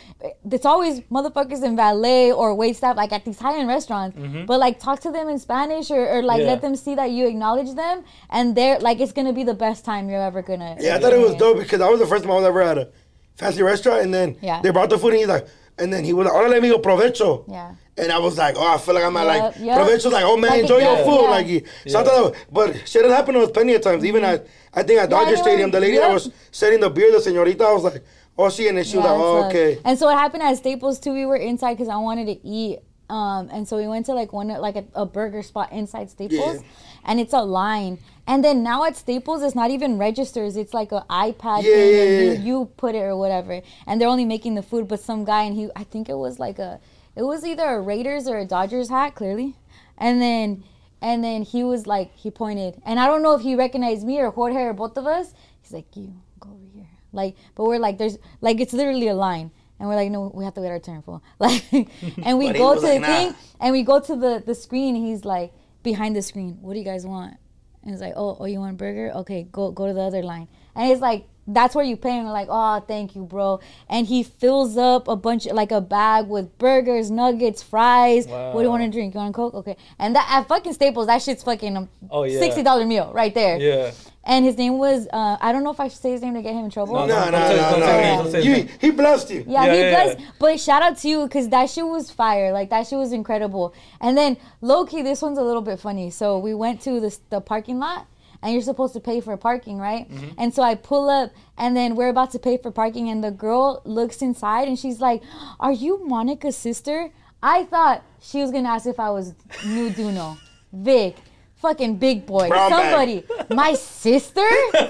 it's always motherfuckers in valet or wait staff like at these high end restaurants. But like talk to them in Spanish or, or like
Yeah.
let them see that you acknowledge them and they're like it's gonna be the best time you're ever gonna
Yeah, I thought it was
experience.
dope because I was the first time I was ever at a fancy restaurant, and then
Yeah.
they brought the food, and he's like, and then he was like, "Órale, amigo, provecho."
Yeah.
And I was like, oh, I feel like I'm at
Yup,
like
yup.
provecho's like, oh man,
Like,
enjoy
yeah,
your food,
yeah.
like. So I thought, that- but shit, it happened to us plenty of times. Even at, I think at Dodger
they were-
Stadium, the lady that
Mm-hmm. yup.
was setting the beer, the señorita, I was like, oh, she, and then she was
Yeah,
like, oh,
it's a-
okay.
And so what happened at Staples too? We were inside because I wanted to eat, um, and so we went to like one like a, a burger spot inside Staples, and it's a line. And then now at Staples, it's not even registers; it's like an iPad
Yeah,
thing,
yeah,
and
yeah.
You, you put it or whatever. And they're only making the food, but some guy and he, I think it was like a, it was either a Raiders or a Dodgers hat, clearly, and then. And then he was like, he pointed, and I don't know if he recognized me or Jorge or both of us. He's like, you go over here. Like, but we're like, there's like it's literally a line, and we're like, no, we have to wait our turn, fool. Like, and we
But he
go
was
to
like,
the
nah.
thing, and we go to the the screen. And he's like, behind the screen, what do you guys want? And it's like, oh, oh, you want a burger? Okay, go go to the other line. And it's like, that's where you pay. And we're like, oh, thank you, bro. And he fills up a bunch, like a bag with burgers, nuggets, fries. What do you want to drink? You want a Coke? Okay. And that at fucking Staples, that shit's fucking um,
Oh, yeah.
sixty dollar meal right there.
Yeah. Oh,
And his name was, uh, I don't know if I should say his name to get him in trouble.
No,
No,
no,
Don't say-
no,
don't
say that,
no.
don't
say
You-
that.
He blessed you.
Yeah,
Yeah,
he
yeah,
does.
yeah.
But shout out to you because that shit was fire. Like that shit was incredible. And then low key, this one's a little bit funny. So we went to the the parking lot, and you're supposed to pay for parking, right?
Mm-hmm.
And so I pull up, and then we're about to pay for parking, and the girl looks inside, and she's like, "Are you Monica's sister?" I thought she was gonna ask if I was new Duno, Vic. Fucking big boy,
Brown bag.
somebody, my sister.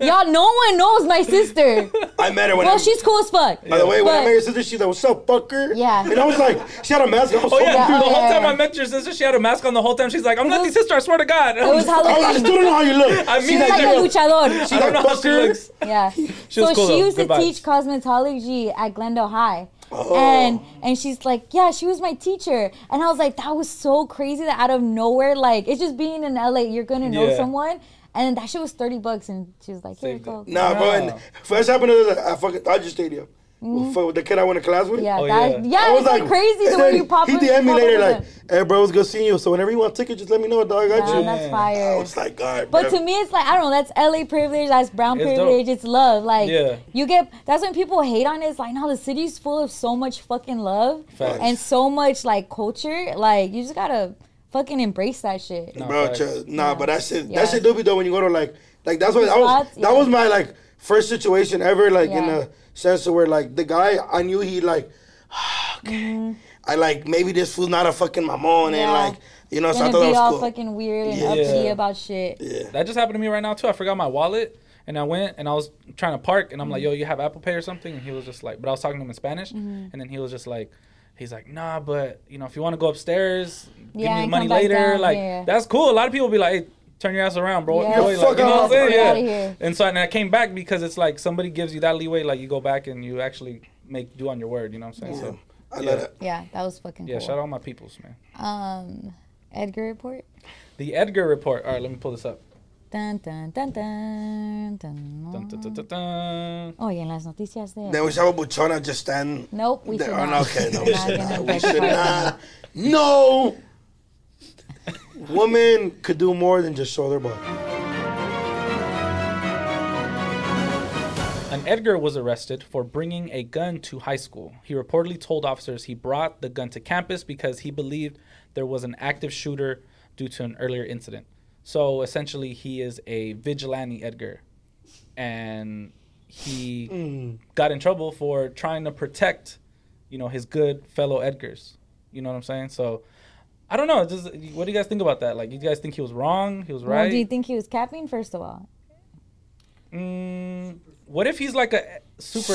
Y'all, no one knows my sister.
I met her when
Well,
I,
she's cool as fuck.
by the way, when I
but-
met your sister, she's like, what's up, fucker?
Yeah.
And I was like, she had a mask. I was
Oh
so
yeah,
Yeah,
the
oh,
whole
yeah,
time
yeah.
I met your sister, she had her mask on the whole time. She's like, "I'm not
was-
the sister, I swear to God."
It was
I
Halloween.
still don't know how you look.
I
She's
mean,
She's like a
I
luchador.
she's
don't
like,
know how she
fucker.
looks.
Yeah.
was
so
cool,
she
though.
used
Good
to
vibes.
teach cosmetology at Glendale High.
Oh.
And and she's like, yeah, she was my teacher, and I was like, that was so crazy that out of nowhere, like it's just being in LA, you're gonna know
Yeah.
someone, and
Oh,
that shit was thirty bucks, and she was like, here you
Saved it.
go.
Nah, bro. And first happened to us at fucking Dodger Stadium. fuck with the kid I went to class with.
Mm-hmm. Yeah,
Oh,
that, yeah.
yeah.
I
it's like, crazy the
and
way
then
you pop
He
up-
DM'd me
pop up
later
with
like,
them.
"Hey, bro, it's good seeing you. So whenever you want tickets, just let me know, dog. I got
Nah,
you."
that's
I
fire.
was like, God,
But
bro.
to me, it's like I don't know. That's LA privilege. That's brown
It's dope.
privilege. It's love. Like
Yeah.
you get. That's when people hate on it. It's like no, the city's full of so much fucking love
Facts.
and so much like culture. Like you just gotta fucking embrace that shit.
No.
bro,
facts.
chill. nah,
Yeah.
but that shit,
Yeah.
that shit do be though when you go to like, like that's what I was.
Spots,
That
yeah.
was my like first situation ever, like in
Yeah.
a sense of where like the guy I knew he like, okay, I like maybe this fool's not a fucking mamon
Mm-hmm. Yeah.
and like you know, so I
Gonna
thought
be
that
all
was cool.
fucking weird and
Yeah.
uptight about shit.
yeah.
That just happened to me right now too. I forgot my wallet and I went and I was trying to park and I'm
Mm-hmm.
like, yo, you have Apple Pay or something? And he was just like, but I was talking to him in Spanish and then he was just like, he's like, nah, but you know, if you want to go upstairs,
Yeah,
give me the
and come
money
back
later.
down,
Like
yeah.
that's cool. A lot of people be like, hey, turn your ass around, bro.
Yeah.
Boy,
Yeah,
like,
fuck
you know what
off.
I'm saying?
Get outta
Yeah.
here.
And so and I came back because it's like somebody gives you that leeway, like you go back and you actually make do on your word. You know what I'm saying? So
I
yeah.
love that.
Yeah, that was fucking
yeah,
cool.
shout out my peoples, man.
Um, Edgar report.
The Edgar report. All right, let me pull this up.
Dun dun dun dun dun.
Dun, dun, dun, dun, dun.
Oh, y en las noticias de.
Then we should have Buchona just stand.
Nope, we
there.
should
Oh,
not.
Okay, no,
We're
we
not
should
gonna
not. We
beg
should
for it.
not. No. Women could do more than just show their butt.
An Edgar was arrested for bringing a gun to high school. He reportedly told officers he brought the gun to campus because he believed there was an active shooter due to an earlier incident. So essentially, he is a vigilante Edgar. And he got in trouble for trying to protect, you know, his good fellow Edgars. You know what I'm saying? So I don't know. Just, what do you guys think about that? Like, you guys think he was wrong? He was
Well,
right?
do you think he was capping first of all?
Mm, what if he's like a super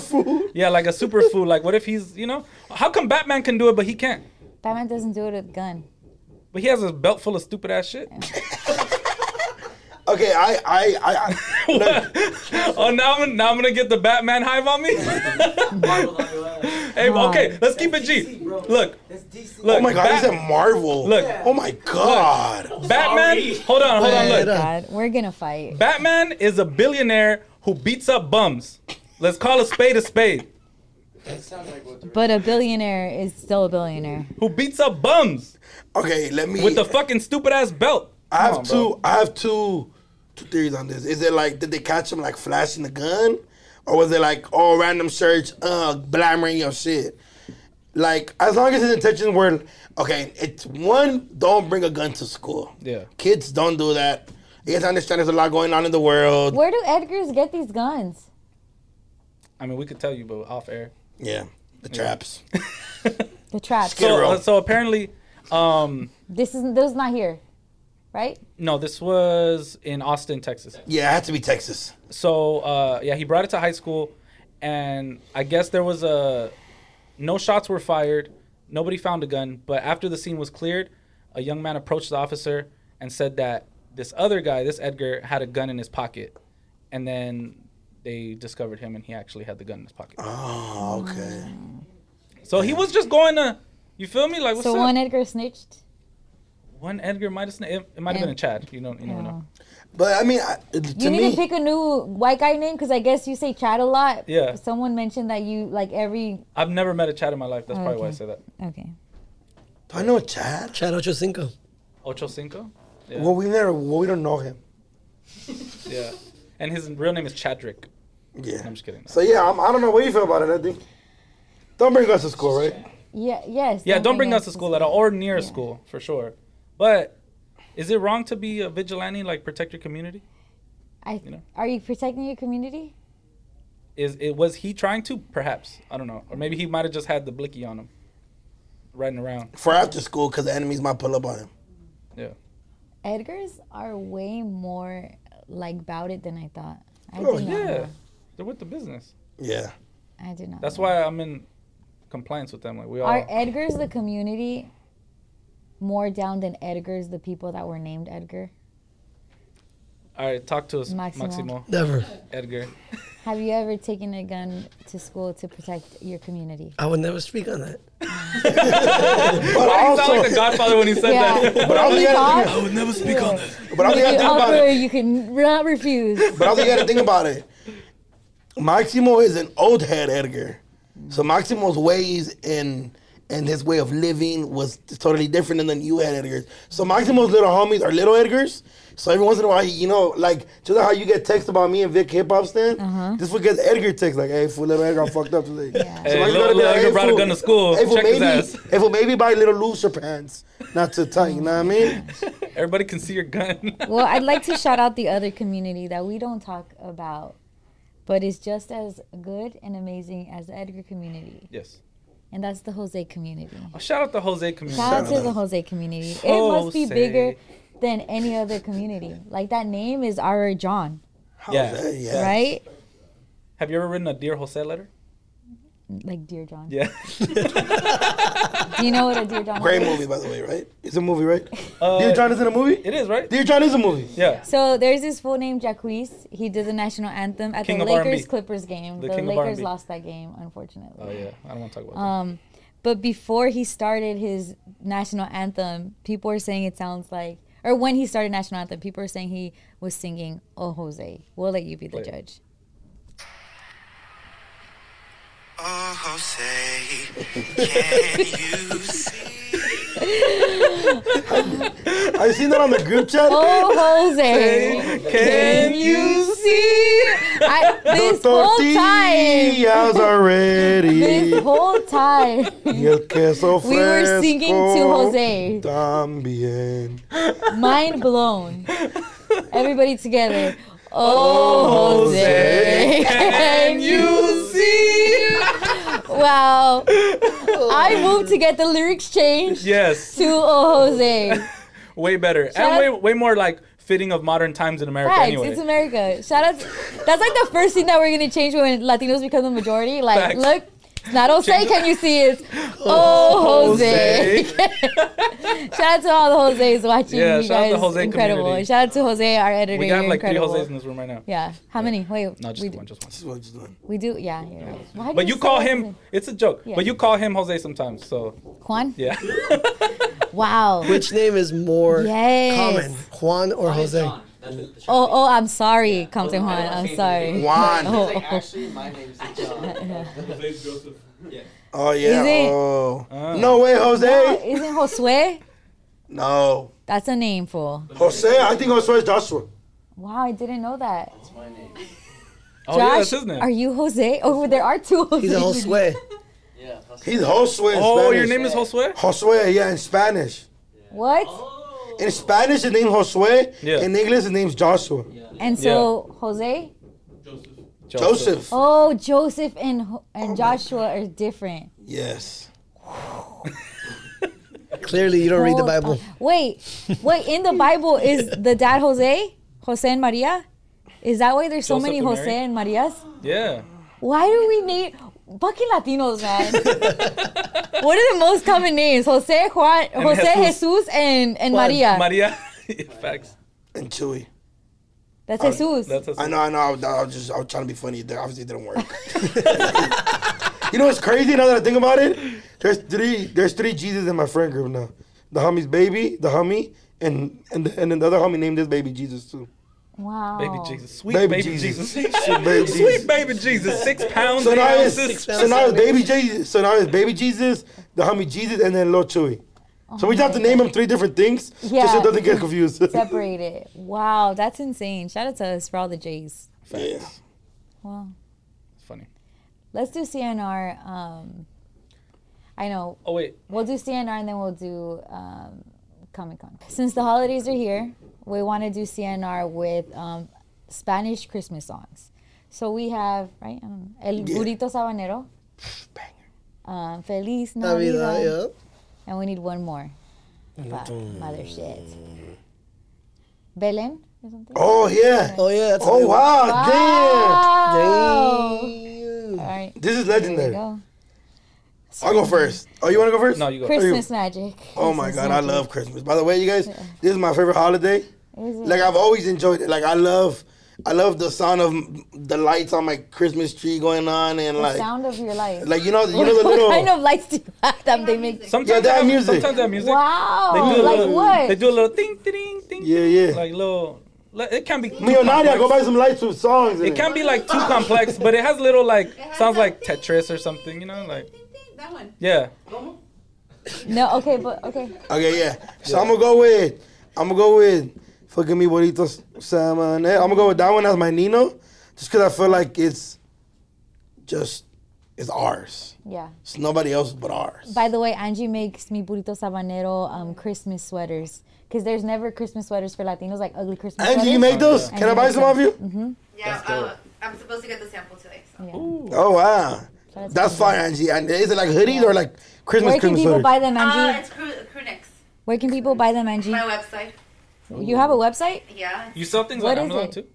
Super food.
Yeah, like a super fool. Like, what if he's, you know, how come Batman can do it but he can't?
Batman doesn't do it with gun.
But he has a belt full of stupid ass shit.
Okay, I, I, I, I look,
oh, now I'm, now I'm gonna get the Batman hive on me. hey, okay, let's keep it G. Look,
That's DC.
look.
oh my god,
Bat-
he's at Marvel.
Look.
oh my god.
Batman. Hold on, hold on. Look,
God, we're gonna fight.
Batman is a billionaire who beats up bums. Let's call a spade a spade.
Oh.
But a billionaire is still a billionaire.
Who beats up bums
Okay, let me.
with the fucking stupid ass belt?
I have
Come on,
two.
bro.
I have two, two theories on this. Is it like did they catch him like flashing the gun, or was it like all random search, uh, blammering your shit? Like as long as his intentions were okay, it's one. Don't bring a gun to school.
Yeah.
kids don't do that. You guys understand there's a lot going on in the world.
Where do Edgars get these guns?
I mean, we could tell you, but off air.
Yeah, the traps.
The traps.
Skid
So,
Row.
so apparently, um,
This is those not here, right?
no, this was in Austin, Texas.
yeah, it had to be Texas.
So uh, yeah, he brought it to high school, and I guess there was a no shots were fired, nobody found a gun. But after the scene was cleared, a young man approached the officer and said that this other guy, this Edgar, had a gun in his pocket, and then they discovered him, and he actually had the gun in his pocket.
Oh, okay.
So he was just going to, you feel me? Like what's
so
up?
one Edgar snitched.
One Edgar might have sna- it, it might have
Yeah.
been a Chad. You know, you never know.
But I mean, I, to
You need
me,
to pick a new white guy name because I guess you say Chad a lot.
Yeah.
Someone mentioned that you like every.
I've never met a Chad in my life. That's probably why I
Okay.
say that.
Okay.
do I know Chad?
Chad Ocho Cinco.
Ocho Cinco. Yeah.
Well, we never. Well, we don't know him.
yeah. And his real name is Chadrick.
Yeah.
I'm just kidding.
So yeah, I'm, I don't know what you feel about it. I think don't bring us to school, right?
Yeah. Yes.
Yeah, don't bring us to school at all or near school for sure. But is it wrong to be a vigilante, like protect your community?
I,
you know?
Are you protecting your community?
Is it was he trying to? Perhaps I don't know, or maybe he might have just had the blicky on him, riding around.
For after school, because the enemies might pull up on him.
Yeah,
Edgars are way more like about it than I thought. I
Oh,
did not
yeah,
know.
they're with the business.
Yeah.
I did not.
That's
know.
why I'm in compliance with them. Like we all.
Are Edgar's the community more down than Edgar's the people that were named Edgar?
all right, talk to us, Maximo,
Maximo.
Never.
Edgar.
Have you ever taken a gun to school to protect your community?
I would never speak on that.
But
Why do you sound like
also,
the Godfather when he said that?
but also you gotta
Because
think,
would never speak on that.
but also
you
you gotta think about
offer,
it.
you can not refuse.
But also you gotta think about it. Maximo is an old head, Edgar. So Maximo's ways and and his way of living was totally different than you had, Edgar's. So Maximo's little homies are little Edgar's. So every once in a while, you know, like just like how you get texts about me and Vic hip hop stand, this fool gets Edgar text like, "Hey, fool, little Edgar fucked up today." So
Hey,
Maximo's
little-
gotta be
little Edgar
"Hey,
brought a
fool,
gun to school.
Hey, fool,
Check his
maybe,
ass."
Hey, fool, maybe buy little looser pants, not too tight. You know what I mean?
Everybody can see your gun.
well, I'd like to shout out the other community that we don't talk about, but is just as good and amazing as the Edgar community,
yes.
and that's the Jose community.
Oh, shout out the Jose community.
Shout out to the Jose community. It must be
Jose.
bigger than any other community. Like that name is already drawn,
Yeah.
yeah.
right?
Have you ever written a Dear Jose letter?
Like Dear John.
Yeah.
Do you know what a Dear John
Great
is?
movie, by the way, right? It's a movie, right?
Uh,
Dear John is in a movie.
It is, right?
Dear John is a movie.
Yeah.
So there's this fool named Jacquees. He did the national anthem at
King
the
of R&B.
Lakers Clippers game.
The
The,
king of
Lakers
R&B.
lost that game, unfortunately.
Oh, yeah. I don't want to talk about
Um, but before he started his national anthem, people were saying it sounds like, or when he started national anthem, people were saying he was singing "Oh Jose." We'll let you be the
Wait.
judge.
Oh, Jose, can you see?
I seen that on the group chat.
Oh Jose,
that. Can you see?
I, this whole time,
tortillas are ready.
this whole time,
Y el queso
we were singing to
fresco
Jose.
También.
Mind blown. Everybody together. Oh,
Jose,
Jose,
can you
see? Wow. I moved to get the lyrics changed
Yes.
to Oh Jose.
Way better. and
Shout-
way, way more like fitting of modern times in America,
Facts.
anyway.
It's America. Shout out. That's like the first thing that we're going to change when Latinos become the majority. Like,
Facts.
look. It's not Jose, can you see it? Oh, Jose.
Jose.
shout out to all the Jose's watching.
Yeah,
you
shout out
guys,
to Jose
incredible.
community.
Shout out to Jose, our editor.
we got
You're
like
incredible.
three Jose's in this room right now.
Yeah. How many? Wait.
No, just
we,
one, just one.
This is what it's doing.
we do. Yeah. You're right. Why do
But you
say
call
that?
him, it's a joke,
Yeah.
but you call him Jose sometimes, so
Juan.
yeah.
Wow.
Which name is more
Yes.
common, Juan or Jose?
John. That's what the show
Oh, oh, I'm sorry, Compton
Well, I
Juan.
don't
I'm
see
sorry.
anything.
Juan.
Oh,
He's like,
oh,
actually, my name's John.
Oh, yeah.
Is it? Ah.
Oh.
Uh.
no way,
oh.
Jose.
Isn't Josue?
No.
That's a name fool.
Jose, I think Jose is Joshua.
Wow, I didn't know that.
That's my name.
Oh, yeah, that's his name.
are you Jose? Oh, there are two. Jose's.
He's a whole sway.
Yeah.
He's Josue in
oh,
Spanish.
your name is Josue?
Josue, yeah, in Spanish.
What?
Oh,
In Spanish, his name Josue.
Yeah.
In English, his name's Joshua.
And so Jose?
Joseph.
Oh, Joseph and Ho- and Joshua are different.
Yes.
Clearly, you don't read the
Hold
Bible.
on. Wait, wait. In the Bible is the dad Jose, Jose and Maria. Is that why there's so
Joseph
many
and
Jose
Mary?
and Marias?
Yeah.
Why do we name fucking Latinos, man? what are the most common names? Jose Juan, Jose
Jesus.
Jesus, and, and
Juan,
Maria.
Maria. Facts.
And Chewy.
That's Jesus.
Ah, That's his
I know, I know. I was, I was just, I was trying to be funny. That obviously didn't work. you know what's crazy? Now that I think about it, there's three, there's three Jesus in my friend group now. The homie's baby, the homie, and and and then the other homie named this baby Jesus too.
wow.
Baby Jesus. Sweet
Baby
baby,
Jesus.
Jesus.
Sweet baby Jesus.
Sweet baby Jesus. Six pounds,
So
eight
now it's
ounces.
so now it's baby Jesus. So now it's baby Jesus, the homie Jesus, and then Lil Chewy. so we just have to name him three different things, just so
Yeah.
it doesn't get confused.
Separated. Wow, that's insane. Shout out to us for all the J's.
yeah.
Wow.
Funny.
Let's do CNR. Um, I know.
Oh, wait.
We'll do CNR and then we'll do um, Comic Con. Since the holidays are here, we want to do CNR with um, Spanish Christmas songs. So we have, right? Um, El Burrito Sabanero. Um, Feliz Navidad.
Navidad, yeah.
And we need one more. Fuck, mother shit. Belen or something?
Oh yeah.
Oh, yeah. That's a
Oh
good one.
wow. Damn.
Wow. All
Damn.
right.
This is
There we
legendary.
go.
I'll go first. Oh, you want to go first?
No, you go.
Christmas magic.
Oh my
Christmas
god, I
magic.
love Christmas. By the way, you guys, this is my favorite holiday.
Is it?
Like I've always enjoyed it. Like I love, I love the sound of m- the lights on my Christmas tree going on and
the
like,
sound of your life.
like you know, you
what,
know the little.
kind of lights do you have that they make?
Sometimes
Yeah,
they
that
have-
music.
Sometimes that music.
Wow.
They do a
like
little,
what?
They do a little ting, ting, ting.
Yeah, yeah.
Like little Like, It can be. too
Me and Nadia,
complex.
go buy some lights with songs. in
It can be like too complex, but it has little like
has
sounds like
something.
Tetris or something, you know, like
That one.
yeah.
No, okay, but okay.
Okay, yeah. So I'm gonna go with I'm gonna go with fucking me burritos salmon. I'm gonna go with that one as my Nino, just because I feel like it's just it's ours.
Yeah.
It's nobody else but ours.
By the way, Angie makes mi burrito sabanero um, Christmas sweaters because there's never Christmas sweaters for Latinos like ugly Christmas.
Angie,
sweaters.
you make those? Can I buy some of you?
Yeah, uh, I'm supposed to get the sample today. So.
Oh wow, that's fine, Angie. And is it like hoodies or like Christmas
Where can
Christmas
people
sweaters?
buy them,
Uh,
Angie?
it's crew, crew Next.
Where can people buy them, Angie?
My website.
You have a website?
Yeah.
You sell things
What
on
is
Amazon
it?
too?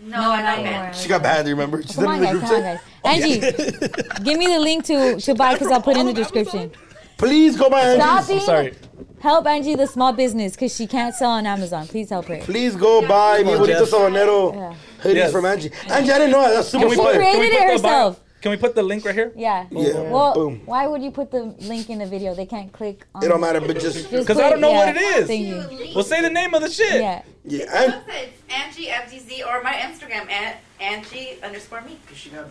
No, no not
anymore.
yet.
she got bad. Remember? She
Come on,
said it
guys.
in the
Come on,
group
guys.
chat.
Angie, give me the link to, to buy because I'll put it in the description.
Please go buy
Stop
Angie's.
being,
I'm sorry.
Help Angie, the small business, because she can't sell on Amazon. Please help her.
Please go buy mi
on,
burritos
Jeff.
sabanero
Yeah.
hoodies
Yes.
from Angie. Angie, I didn't know that. That's super
we
fire.
put- Created it
the bio-
herself.
Can we put the link right here?
Yeah.
Yeah,
Well,
boom.
why would you put the link in the video? They can't click on
It don't matter, but just
Just
'Cause I
put-
don't know what it is.
thank you.
Leave.
Well, say the name of the shit.
Yeah.
yeah. And,
It's Angie FDZ or my Instagram at Angie underscore me.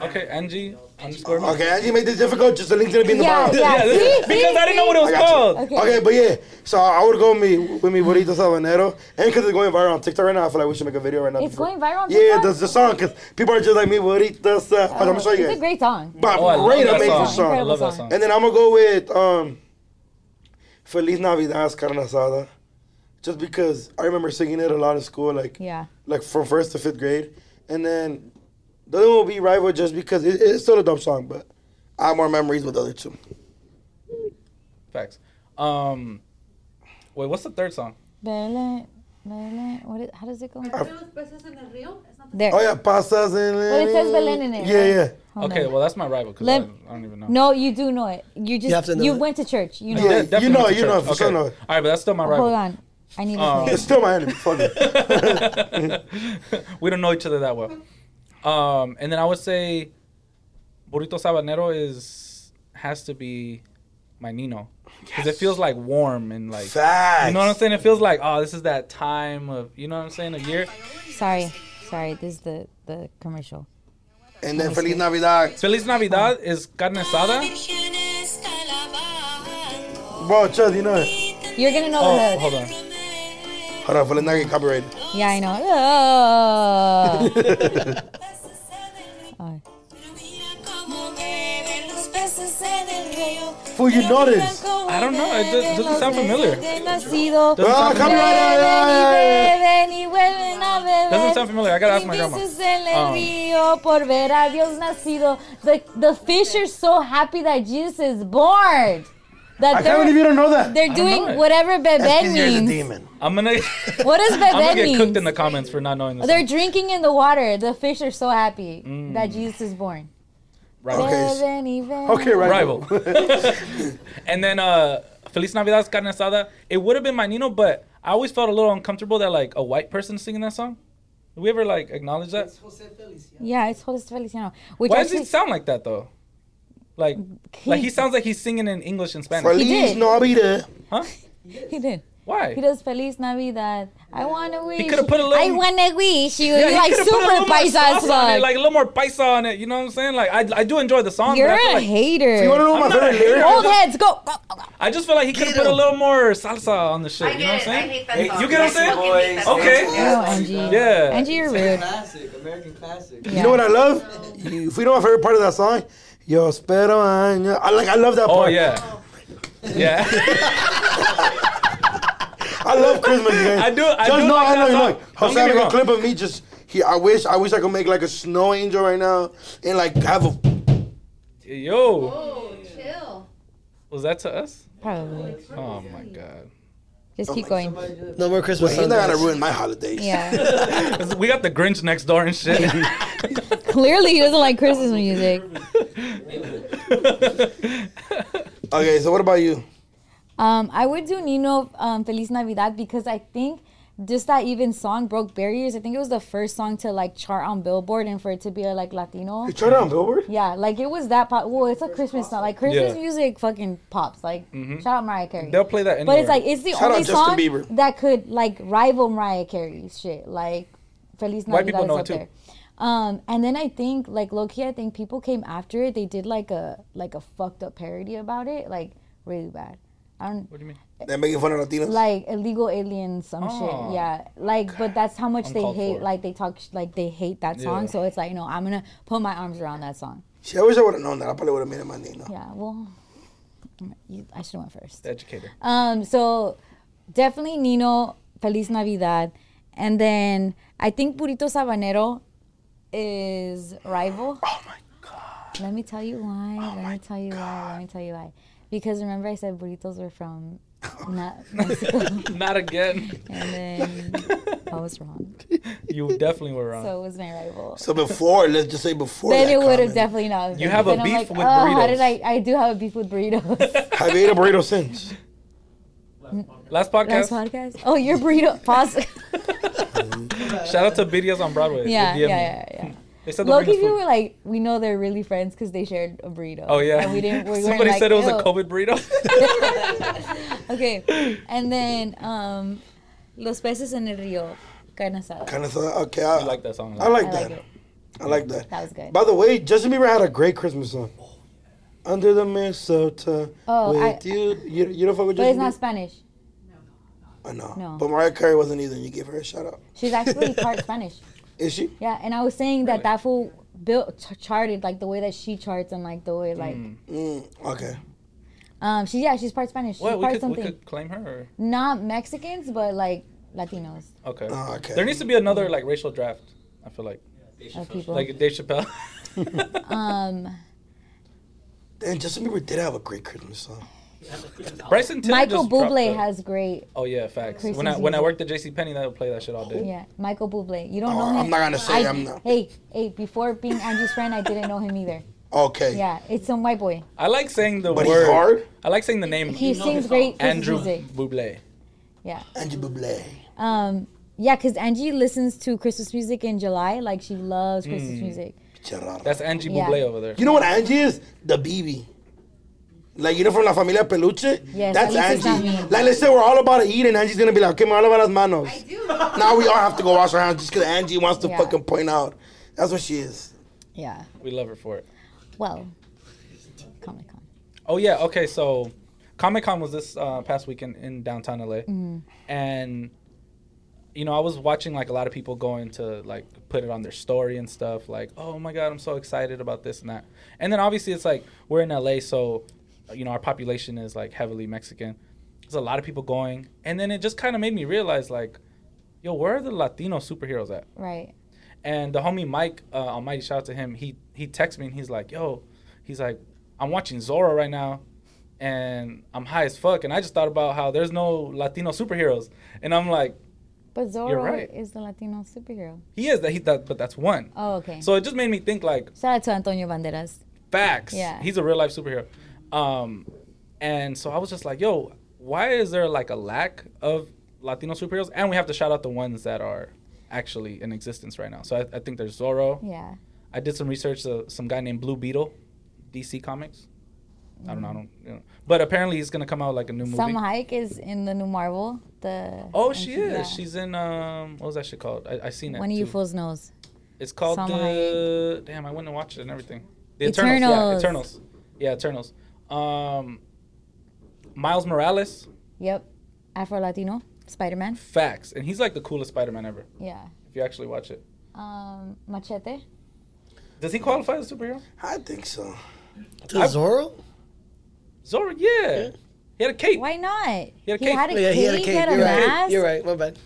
Okay, Angie underscore. me.
Okay, I didn't make this difficult. Just the link's gonna be in the
Yeah,
bottom.
yeah.
Yeah, this-
See,
because
see,
I didn't know
see?
what it was
I got you.
called.
Okay.
Okay, but yeah. So I would go with me with me burrito sabanero, and because it's going viral on TikTok right now, I feel like we should make a video right now.
It's going viral on
Yeah,
TikTok? Oh,
that's the song because people are just like me burrito. sa-" I'm gonna show you
It's a
guys.
great song.
But
Oh, I love
great,
that
amazing
song.
song.
I love that
song.
song.
And then I'm gonna go with um, Feliz Navidad Carne Asada, just because I remember singing it a lot in school, like
Yeah.
like from first to fifth grade, and then the other one will be Rival, just because it, it's still a dope song, but I have more memories with the other two.
Facts. Um, wait, what's the third song?
Bele, bele, what is, how does it go? There.
Oh yeah, pastas and.
But it says Belen in it.
Yeah, yeah.
Hold
okay,
on.
well that's my rival because I,
Let-
I don't even know.
No, you do know it. You just you,
have to know it.
went to church. You know
Yeah,
it.
you
Definitely
know
went
it,
to
you know
church.
it, for sure
Okay.
know
All
it.
right, but that's still my rival.
Hold on. I need to
Um,
know.
It's still my enemy. Fuck it.
we don't know each other that well. Um, and then I would say Burrito Sabanero is has to be my Nino because it feels like warm and like
Facts.
you know what I'm saying. It feels like oh, this is that time of you know what I'm saying a year.
Sorry. Sorry. This is the, the commercial.
And then Feliz Navidad.
Feliz Navidad is carne asada.
Bro, trust you know it.
You're going to know the
Oh,
hood.
hold on.
Hold on, Feliz Navidad copyrighted.
Yeah, I know. Oh. Oh.
Fool, you know this.
I don't know. It does, doesn't sound familiar.
Doesn't
Ah, copyrighted.
sound familiar.
yeah, yeah, yeah, yeah.
Doesn't
Doesn't sound familiar. I gotta ask my grandma. Um,
The, the fish are so happy that Jesus is born. That
I can't
they're,
believe you don't know that.
they're doing
know it.
whatever bebé
Because you're the
means.
demon.
I'm gonna
What does
I'm gonna
bebé
get cooked in
mean?
the comments for not knowing this.
They're drinking in the water. The fish are so happy
Mm.
that Jesus is born.
Rival.
Okay. s-
Bebé, bebé.
Okay, right.
rival. and then uh, Feliz Navidad Carne Asada. It would have been my Nino, but I always felt a little uncomfortable that like a white person singing that song. Did we ever like acknowledge that?
It's Jose Feliz, yeah.
Yeah, it's Jose Feliciano. Which
Why does he
actually-
sound like that though? Like, like he sounds like he's singing in English and Spanish.
Feliz
did.
Navidad.
Huh?
He did.
Why?
He does Feliz Navidad. I wanna wish.
could've put a little-
I wanna wish you
Yeah, he
like
could've put a
super
little more
paisa
sauce on it,
song.
like a little more paisa on it. You know what I'm saying? Like, I, I do enjoy the song.
You're
but I, feel
a
like,
You wanna
hater.
know
I'm
my
not a
favorite lyric?
hater.
Old heads, go. go, go, go.
I just feel like he could have put a little more salsa on the shit.
I
you know what I'm
get it. I
saying?
hate that song.
you get what I'm
I
saying?
fucking hate that song.
Okay.
Oh,
Yeah.
Angie.
Yeah.
Angie, you're rude.
Classic, American classic.
Yeah.
You know what I love? You- If you know my favorite part of that song, Yo espero año. I like. I love that
Oh
part.
yeah. Yeah.
I love Christmas. Guys.
I do- I
just
do
know
like
I
that
love
song.
Look,
Don't
Jose
get me
make a
wrong.
clip of me. Just he. I wish. I wish I could make like a snow angel right now and like have a.
Yo,
Oh, chill.
was that to us?
Probably.
Oh my god.
Just keep going.
No more Christmas
Wait, he's not gonna
sundaes.
ruin my holidays.
Yeah.
We got the Grinch next door and shit.
Clearly, he doesn't like Christmas music.
Okay, so what about you?
Um, I would do Nino um, Feliz Navidad because I think just that even song broke barriers. I think it was the first song to like chart on Billboard and for it to be uh, like Latino.
You tried it on Billboard?
Yeah, like it was that pop. Well, it's a Christmas song. Like Christmas
Yeah. Mm-hmm.
music fucking pops. Like shout out Mariah Carey.
They'll play that anywhere.
but it's like it's the
Shout out
only
Justin
song
Bieber.
that could like rival Mariah Carey's shit. Like Feliz Navidad
White people
is
know
up
too.
there. Um, and then I think like low key, I think people came after it. They did like a like a fucked up parody about it, like really bad. I don't
What do you mean?
They're making fun of Latinos.
like illegal aliens, some
Oh.
shit. Yeah, like but that's how much they
Uncalled
hate.
for.
Like they talk sh- like they hate that song.
Yeah.
So it's like no, I'm gonna put my arms around that song.
Shit, I wish I would have known that. I probably would have made it my name. now.
Yeah, well, you, I should have went first.
Educator.
Um, so definitely Nino, Feliz Navidad, and then I think Burrito Sabanero is rival.
Oh my god.
Let me tell you why.
Oh
Let me tell you why. Let me tell you why. Because remember I said burritos were from not Mexico,
Not again.
and then I was wrong.
You definitely were wrong.
So it was my rival.
So before, let's just say before.
then
that
it would have
comment,
definitely not.
You have a
Then I'm
beef
like,
with
oh, How did I?
burritos.
I do have a beef with burritos.
Have you ate a burrito since?
Last
Last
podcast.
podcast. Oh, your burrito. Pause.
Shout out to videos on Broadway. They
yeah, yeah,
DM me.
yeah, yeah.
They said they'll
Loki,
bring us
we
food.
were like, we know they're really friends because they shared a burrito.
Oh yeah.
and we didn't. We
Somebody said it was a
COVID.
COVID burrito.
Okay, and then um, los peces en el río, carne asada.
Kind of thought, okay, I,
I like that song. a lot.
I like
I
that.
like it.
I like that.
That was good.
By the way, Justin Bieber had a great Christmas song. Under the mistletoe.
Oh,
with
I-
you. you. You don't fuck with
but it's
Justin
not
Bieber?
Spanish.
I know.
no.
But Mariah Carey wasn't either, and you gave her a shout out.
She's actually part Spanish.
Is she?
Yeah, and I was saying that that fool built ch- charted like the way that she charts and like the way like
Mm, okay.
um she yeah she's part Spanish. She's
What we
part
could, we
something.
could claim her.
Not Mexicans, but like Latinos
Or, okay.
Oh, okay.
There needs to be another like racial draft. I feel like
of people.
like Dave Chappelle.
um,
And Justin Bieber did have a great Christmas song.
Bryson Tiller
Michael
just dropped
Bublé
a-
has great.
Oh yeah, facts. when I
Christmas
when I
music.
worked at J C Penney, they would play that shit all day.
Yeah, Michael Bublé. You don't
Oh,
know him.
I'm not gonna say
I-
I'm not.
Hey, hey! Before being Angie's friend, I didn't know him either.
Okay.
Yeah, it's some white boy.
I like saying the
But
word.
he's hard.
I like saying the name
He sings great Christmas
Andrew
music.
Bublé.
Yeah.
Angie Bublé.
Um. Yeah, cause Angie listens to Christmas music in July. Like she loves
Mm.
Christmas music.
Gerardo.
That's Angie
Yeah.
Bublé over there.
You know what Angie is? The BB. Like, you know, from La Familia Peluche?
Yes,
That's
at least it's
Angie.
not me.
Like, let's say we're all about to eat, and Angie's gonna be like, okay, me habla las manos.
I do.
Now we all have to go wash our hands just because Angie wants to
Yeah.
fucking point out. That's what she is.
Yeah.
We love her for it.
Well, Comic Con.
Oh yeah. Okay. So, Comic Con was this uh, past weekend in downtown LA, and you know I was watching like a lot of people going to like put it on their story and stuff. Like, oh my god, I'm so excited about this and that. And then obviously it's like we're in LA, so you know our population is like heavily Mexican. There's a lot of people going, and then it just kind of made me realize like, yo, where are the Latino superheroes at?
Right.
And the homie Mike uh, Almighty, shout out to him. He he texts me and he's like, "Yo," he's like, "I'm watching Zorro right now, and I'm high as fuck." And I just thought about how there's no Latino superheroes, and I'm like,
But Zorro
You're right.
is the Latino superhero.
"He is that he that, but that's one."
Oh, okay.
So it just made me think like
Shout out to Antonio Banderas.
facts.
Yeah.
He's a real life superhero. Um, and so I was just like, "Yo, why is there like a lack of Latino superheroes?" And we have to shout out the ones that are actually in existence right now. So I, I think there's Zorro.
Yeah.
I did some research. Uh, some guy named Blue Beetle, DC Comics. I don't know. I don't. You know. But apparently, he's gonna come out like a new movie.
Mm. Salma Hayek is in the new Marvel. The
Oh,
and
she is.
yeah.
She's in um. What was that shit called? I, I seen it.
One of you
too.
fools knows.
It's called
Salma
the. Damn, I went and watched it and everything. The Eternals. Yeah,
Eternals.
Eternals. Yeah, Eternals. Um, Miles Morales,
Yep. Afro Latino Spider Man.
facts, and he's like the coolest Spider-Man ever.
Yeah.
If you actually watch it,
Um, Machete.
does he qualify as a superhero?
I think so.
To
I-
Zorro?
Zorro, yeah. He had a cape.
Why not? He
had a cape.
Oh, yeah, he had a
cape,
cape.
he had a
You're right.
mask.
You're right. My bad.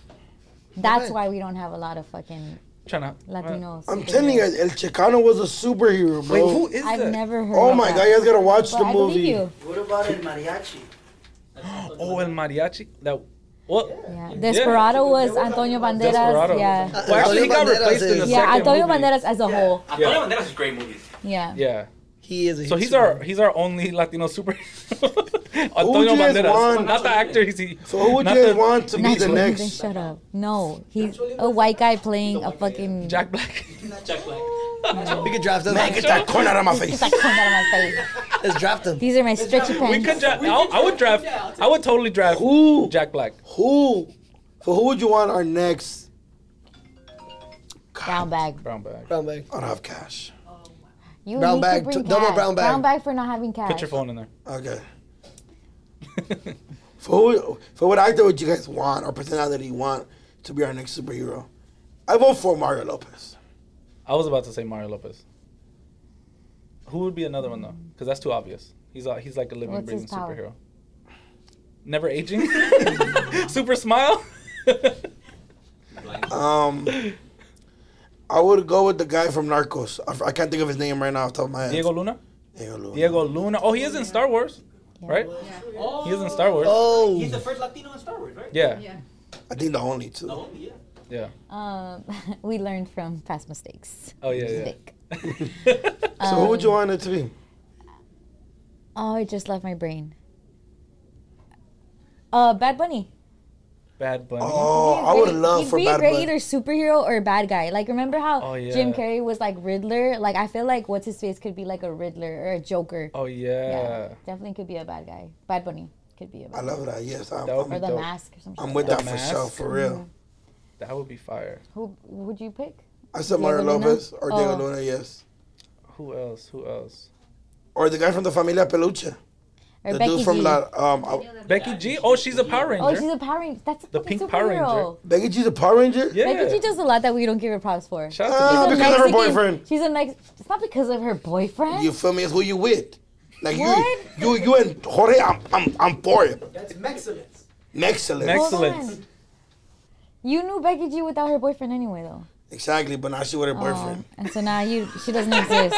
That's
Right.
why we don't have a lot of fucking
Trying to.
Latinos.
I'm telling you guys, El Chicano was a superhero,
Wait,
bro.
who is
I've
that?
never heard.
oh
of
my
that.
god, you guys gotta watch
But
the
I
movie.
believe you.
What about el mariachi?
Oh, El Mariachi. That. What?
Yeah. Desperado was Antonio Banderas.
Desperado.
Yeah.
Well, actually, he got
Ah, Antonio Banderas
replaced in the
is-
Yeah,
second
Antonio
movie.
Banderas as a whole.
Yeah.
Antonio Banderas is great movies.
Yeah.
Yeah.
He is a
So
huge
he's our
superhero.
he's our only Latino superhero. Antonio
you guys
Banderas,
want?
not the actor. He's he,
So who would
not
you guys
the-
want to be
Not
the
Jack-
next?
Shut up. No, he's a white guy playing a fucking.
Jack Black.
Jack Black.
We could draft him.
Man, get that corn out of my face.
It's like coming out of my face.
Let's draft him.
These are my stretchy
We could
pants.
draft. I, I would draft. I would totally draft
Who?
Jack Black.
Who? So who would you want our next
Brown bag.
Brown bag.
Brown bag.
I don't have cash.
You
Brown
need
bag,
To bring
t- double
cash.
brown bag.
Brown bag for not having cash.
Put your phone in there.
Okay. for who, for what actor would you guys want or personality you want to be our next superhero? I vote for Mario Lopez.
I was about to say Mario Lopez. Who would be another one though? Because that's too obvious. He's a, he's like a living,
What's
breathing
his power?
superhero. Never aging. Super smile.
Um, I would go with the guy from Narcos. I, f- I can't think of his name right now off the top of my head.
Diego Luna.
Diego Luna.
Diego Luna. Oh, he is in Star Wars, right?
Oh,
He is in Star Wars.
Oh.
He's the first Latino in Star Wars, right?
Yeah,
Yeah.
I think the only two.
The only, yeah.
yeah.
Um, we learned from past mistakes.
Oh yeah, yeah.
Mistake.
So who would you want it to be?
Oh, it just left my brain. Uh, Bad Bunny.
Bad Bunny.
Oh, I
He'd
would
be-
love
he'd
for
be
Bad
great
Bunny.
either superhero or bad guy. Like remember how
Oh, yeah.
Jim Carrey was like Riddler? Like I feel like what's his face could be like a Riddler or a Joker.
Oh yeah.
definitely could be a bad guy. Bad Bunny could be a
I
bad.
love that. Yes, I'm,
That
Or
would
I'm,
be-
the
Dope.
mask Mm-hmm. or something.
I'm with
The
that for sure,
Mask.
for real.
That would be fire.
Who would you pick?
I said Mario
Diego Luna?
Lopez or Diego
Oh.
Luna, yes.
Who else? Who else?
Or the guy from the Familia Peluche.
Or
the
Becky
dude from
G.
La, um, I,
Becky G. Oh, she's a Power Ranger.
Oh, she's a Power Ranger. That's a
The
fucking
pink Power Ranger.
superhero.
Becky G's a Power Ranger?
yeah.
Becky G does a lot that we don't give her props for.
Shout out to
Ah,
She's a
because of her
Mexican-
boyfriend.
She's a Mex. It's not because of her boyfriend.
You feel me? It's who you with. Like
What?
you, you, you and Jorge, I'm, I'm, I'm for it.
That's Mexicans.
Excellent.
Mex-
Hold on.
Excellent.
You knew Becky G without her boyfriend anyway, though.
exactly, but now she with her boyfriend.
And so now you she doesn't exist.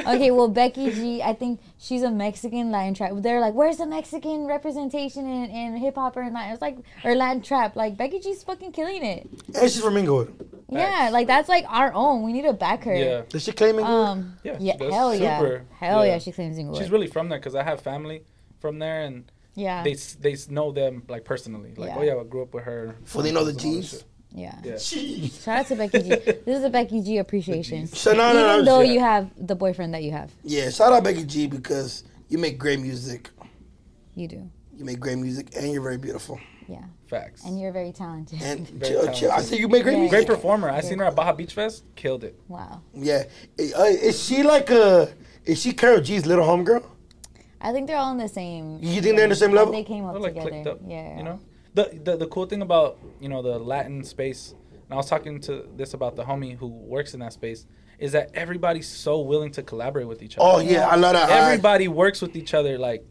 okay, well Becky G, I think she's a Mexican Latin trap. They're like, where's the Mexican representation in, in hip hop or in Latin? It's like or Latin trap. Like Becky G's fucking killing it.
Oh. And she's from Inglewood.
Yeah, like that's like our own. We need to back her.
yeah.
Does she claim Inglewood?
Um.
Yeah,
Yeah.
she does.
hell yeah.
Super.
Hell yeah.
Yeah.
She claims English.
She's really from there because I have family from there and
yeah.
they s- they s- know them like personally. Like
Yeah.
oh yeah, I grew up with her.
For they know the
And all that
G's.
shit.
yeah.
Yeah.
Oh.
Shout out to Becky G. This is a Becky G appreciation.
So no, no, no.
Even though
yeah.
you have the boyfriend that you have,
yeah, shout out Becky G because you make great music.
you do.
You make great music and you're very beautiful.
Yeah.
Facts.
And you're very talented.
And
Very
chill, chill. I said you make great
Yeah.
music.
Great performer. I seen her at Baja Beach Fest. Killed it.
wow.
Yeah. I- uh, Is she like a? Is she Carol G's little homegirl?
I think they're all in the same.
You think they're in the same level?
They came up
They're like
together.
clicked up.
yeah.
You know. The, the the cool thing about you know the Latin space, and I was talking to this about the homie who works in that space, is that everybody's so willing to collaborate with each other.
Oh yeah, I love that. Everybody.
Everybody works with each other. Like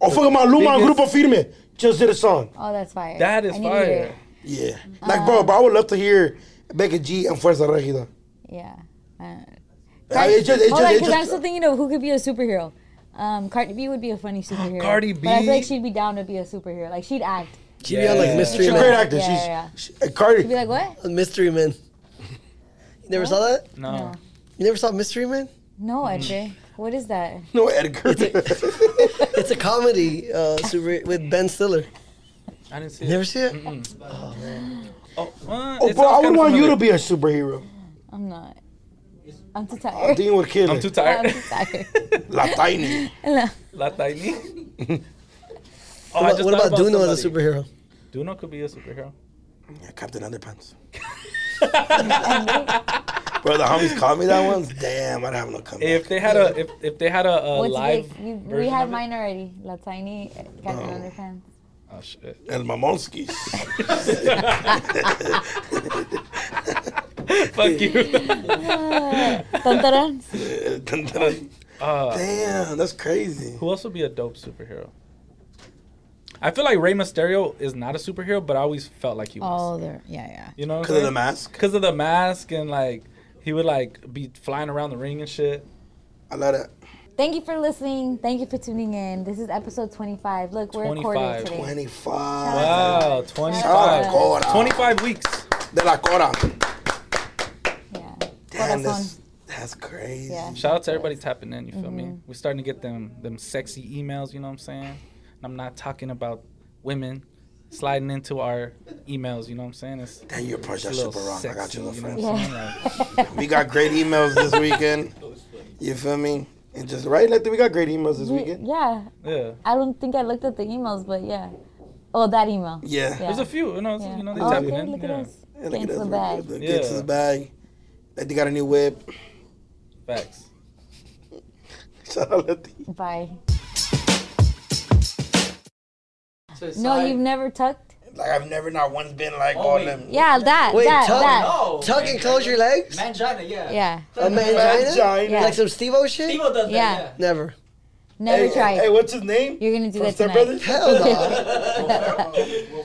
oh fuck, my Luma
biggest-
Grupo Firme just did a song.
Oh, that's fire.
that is
I need to hear
fire.
it.
Yeah. Like bro, but I would love to hear Becky G and Fuerza Regida.
Yeah. Uh,
I mean, it's just, it's
hold
just,
on,
it's
because I'm
just,
still thinking of who could be a superhero. Um, Cardi B would be a funny superhero.
Cardi
But I feel like
B?
she'd be down to be a superhero. Like she'd act.
She be on like
Yeah.
Mystery
she's a great
Men.
actor.
Yeah,
she's
yeah.
She, uh, Cardi.
She'd be like, what?
Mystery Men. You never saw that?
No.
You never saw Mystery Men?
No, Edgar. What is that?
no Edgar.
It's a comedy uh, super with Ben Stiller.
I didn't see
You
it.
never see it?
Oh, uh,
oh
it
bro,
sounds
I would
kinda
want you to
familiar.
be a superhero.
I'm not. I'm too
I'm
tired.
thinking with Kid.
I'm too tired.
I'm too tired.
La Tiny.
No.
La Tiny. oh, I
What,
just
what
thought
about Duno as a
somebody.
superhero?
Duno could be a superhero.
Yeah, Captain Underpants. bro, the homies called me that once. Damn, I don't have no comeback.
If they had a if, if they had a, a
What's
live
big? You, we
version
had
of it-
mine already. La Tiny, uh, Captain Underpants.
Oh shit.
and Mamonskis.
Fuck you.
Tantarans.
Uh,
Damn, that's crazy.
who else would be a dope superhero? I feel like Rey Mysterio is not a superhero, but I always felt like he was.
Oh, they're yeah, yeah.
you know,
Because of the mask.
Because of the mask and like he would like be flying around the ring and shit.
I love that.
Thank you for listening. Thank you for tuning in. This is episode 25. Look, we're
25.
recording today.
25.
Wow,
Shout out
25,
Cora.
25 weeks.
De la Cora.
Yeah.
Damn,
Corazon.
that's, that's crazy.
Yeah.
Shout out to everybody tapping in. You feel
Mm-hmm.
me? We're starting to get them them sexy emails. You know what I'm saying? And I'm not talking about women sliding into our emails. You know what I'm saying? It's
Damn, you approached
a
that
little
shit wrong.
sexy.
I got you, little
you know
friend.
what I'm saying? Like,
We got great emails this weekend. You feel me? And just right, Lefty, we got great emails this
We-
weekend.
yeah.
yeah.
I don't think I looked at the emails, but yeah. Oh, that email.
Yeah.
Yeah.
There's a few. You know,
Yeah.
you know they
Oh,
tapping
okay,
in.
look at
Yeah.
us.
Look at
Into
us,
the
we're
bag.
good. Get to
Yeah.
the bag. Letty got a new whip.
Facts.
Shout out Letty.
Bye.
So it's
No,
like-
you've never tucked.
Like I've never not once been like
Oh,
all
wait.
them.
Yeah, that,
Wait,
that,
tuck?
that.
No.
Tuck and close your legs?
Mangina, yeah.
Yeah,
A mangina?
Mangina.
Yeah.
Like some Steve-O shit?
Steve-O does
Yeah.
that,
Never.
never
hey,
tried.
Hey, what's his name?
You're gonna do
From
that
Step
tonight.
Brothers?
Hell no.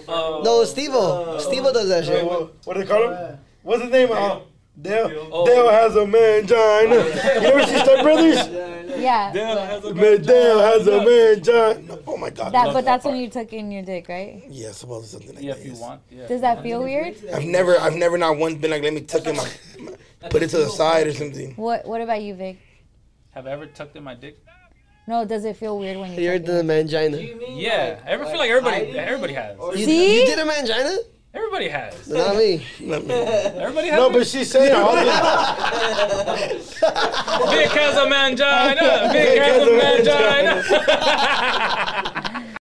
Oh,
No, Steve-O. Steve-O does that
Hey,
shit.
what, what do they call him? What's his name? Uh, Dale.
Oh.
Dale has a mangina. You ever see Step Brothers?
Yeah,
Damn,
but
has a
Man,
good
Dale
job.
has a mangina. Oh my God.
that,
love
but that's when
part.
you took in your dick, right?
Yeah, supposedly something like
Yeah,
that.
if you
yes.
want. Yeah.
Does that feel weird?
I've never, I've never not once been like, let me tuck in my, my- put it to the side or something.
What What about you, Vic?
Have I ever tucked in my dick?
No, does it feel weird when you?
You're
tuck
the
in?
Do
mangina.
you mean
Yeah.
like-
I ever feel like
like
everybody
hiding it?
everybody has.
Or-
You,
See?
you did a mangina?
Everybody has.
Not me.
Let me-
Everybody has.
No, but she said all the
Vic has a mangina. Vic
Vic
has a
has a
mangina.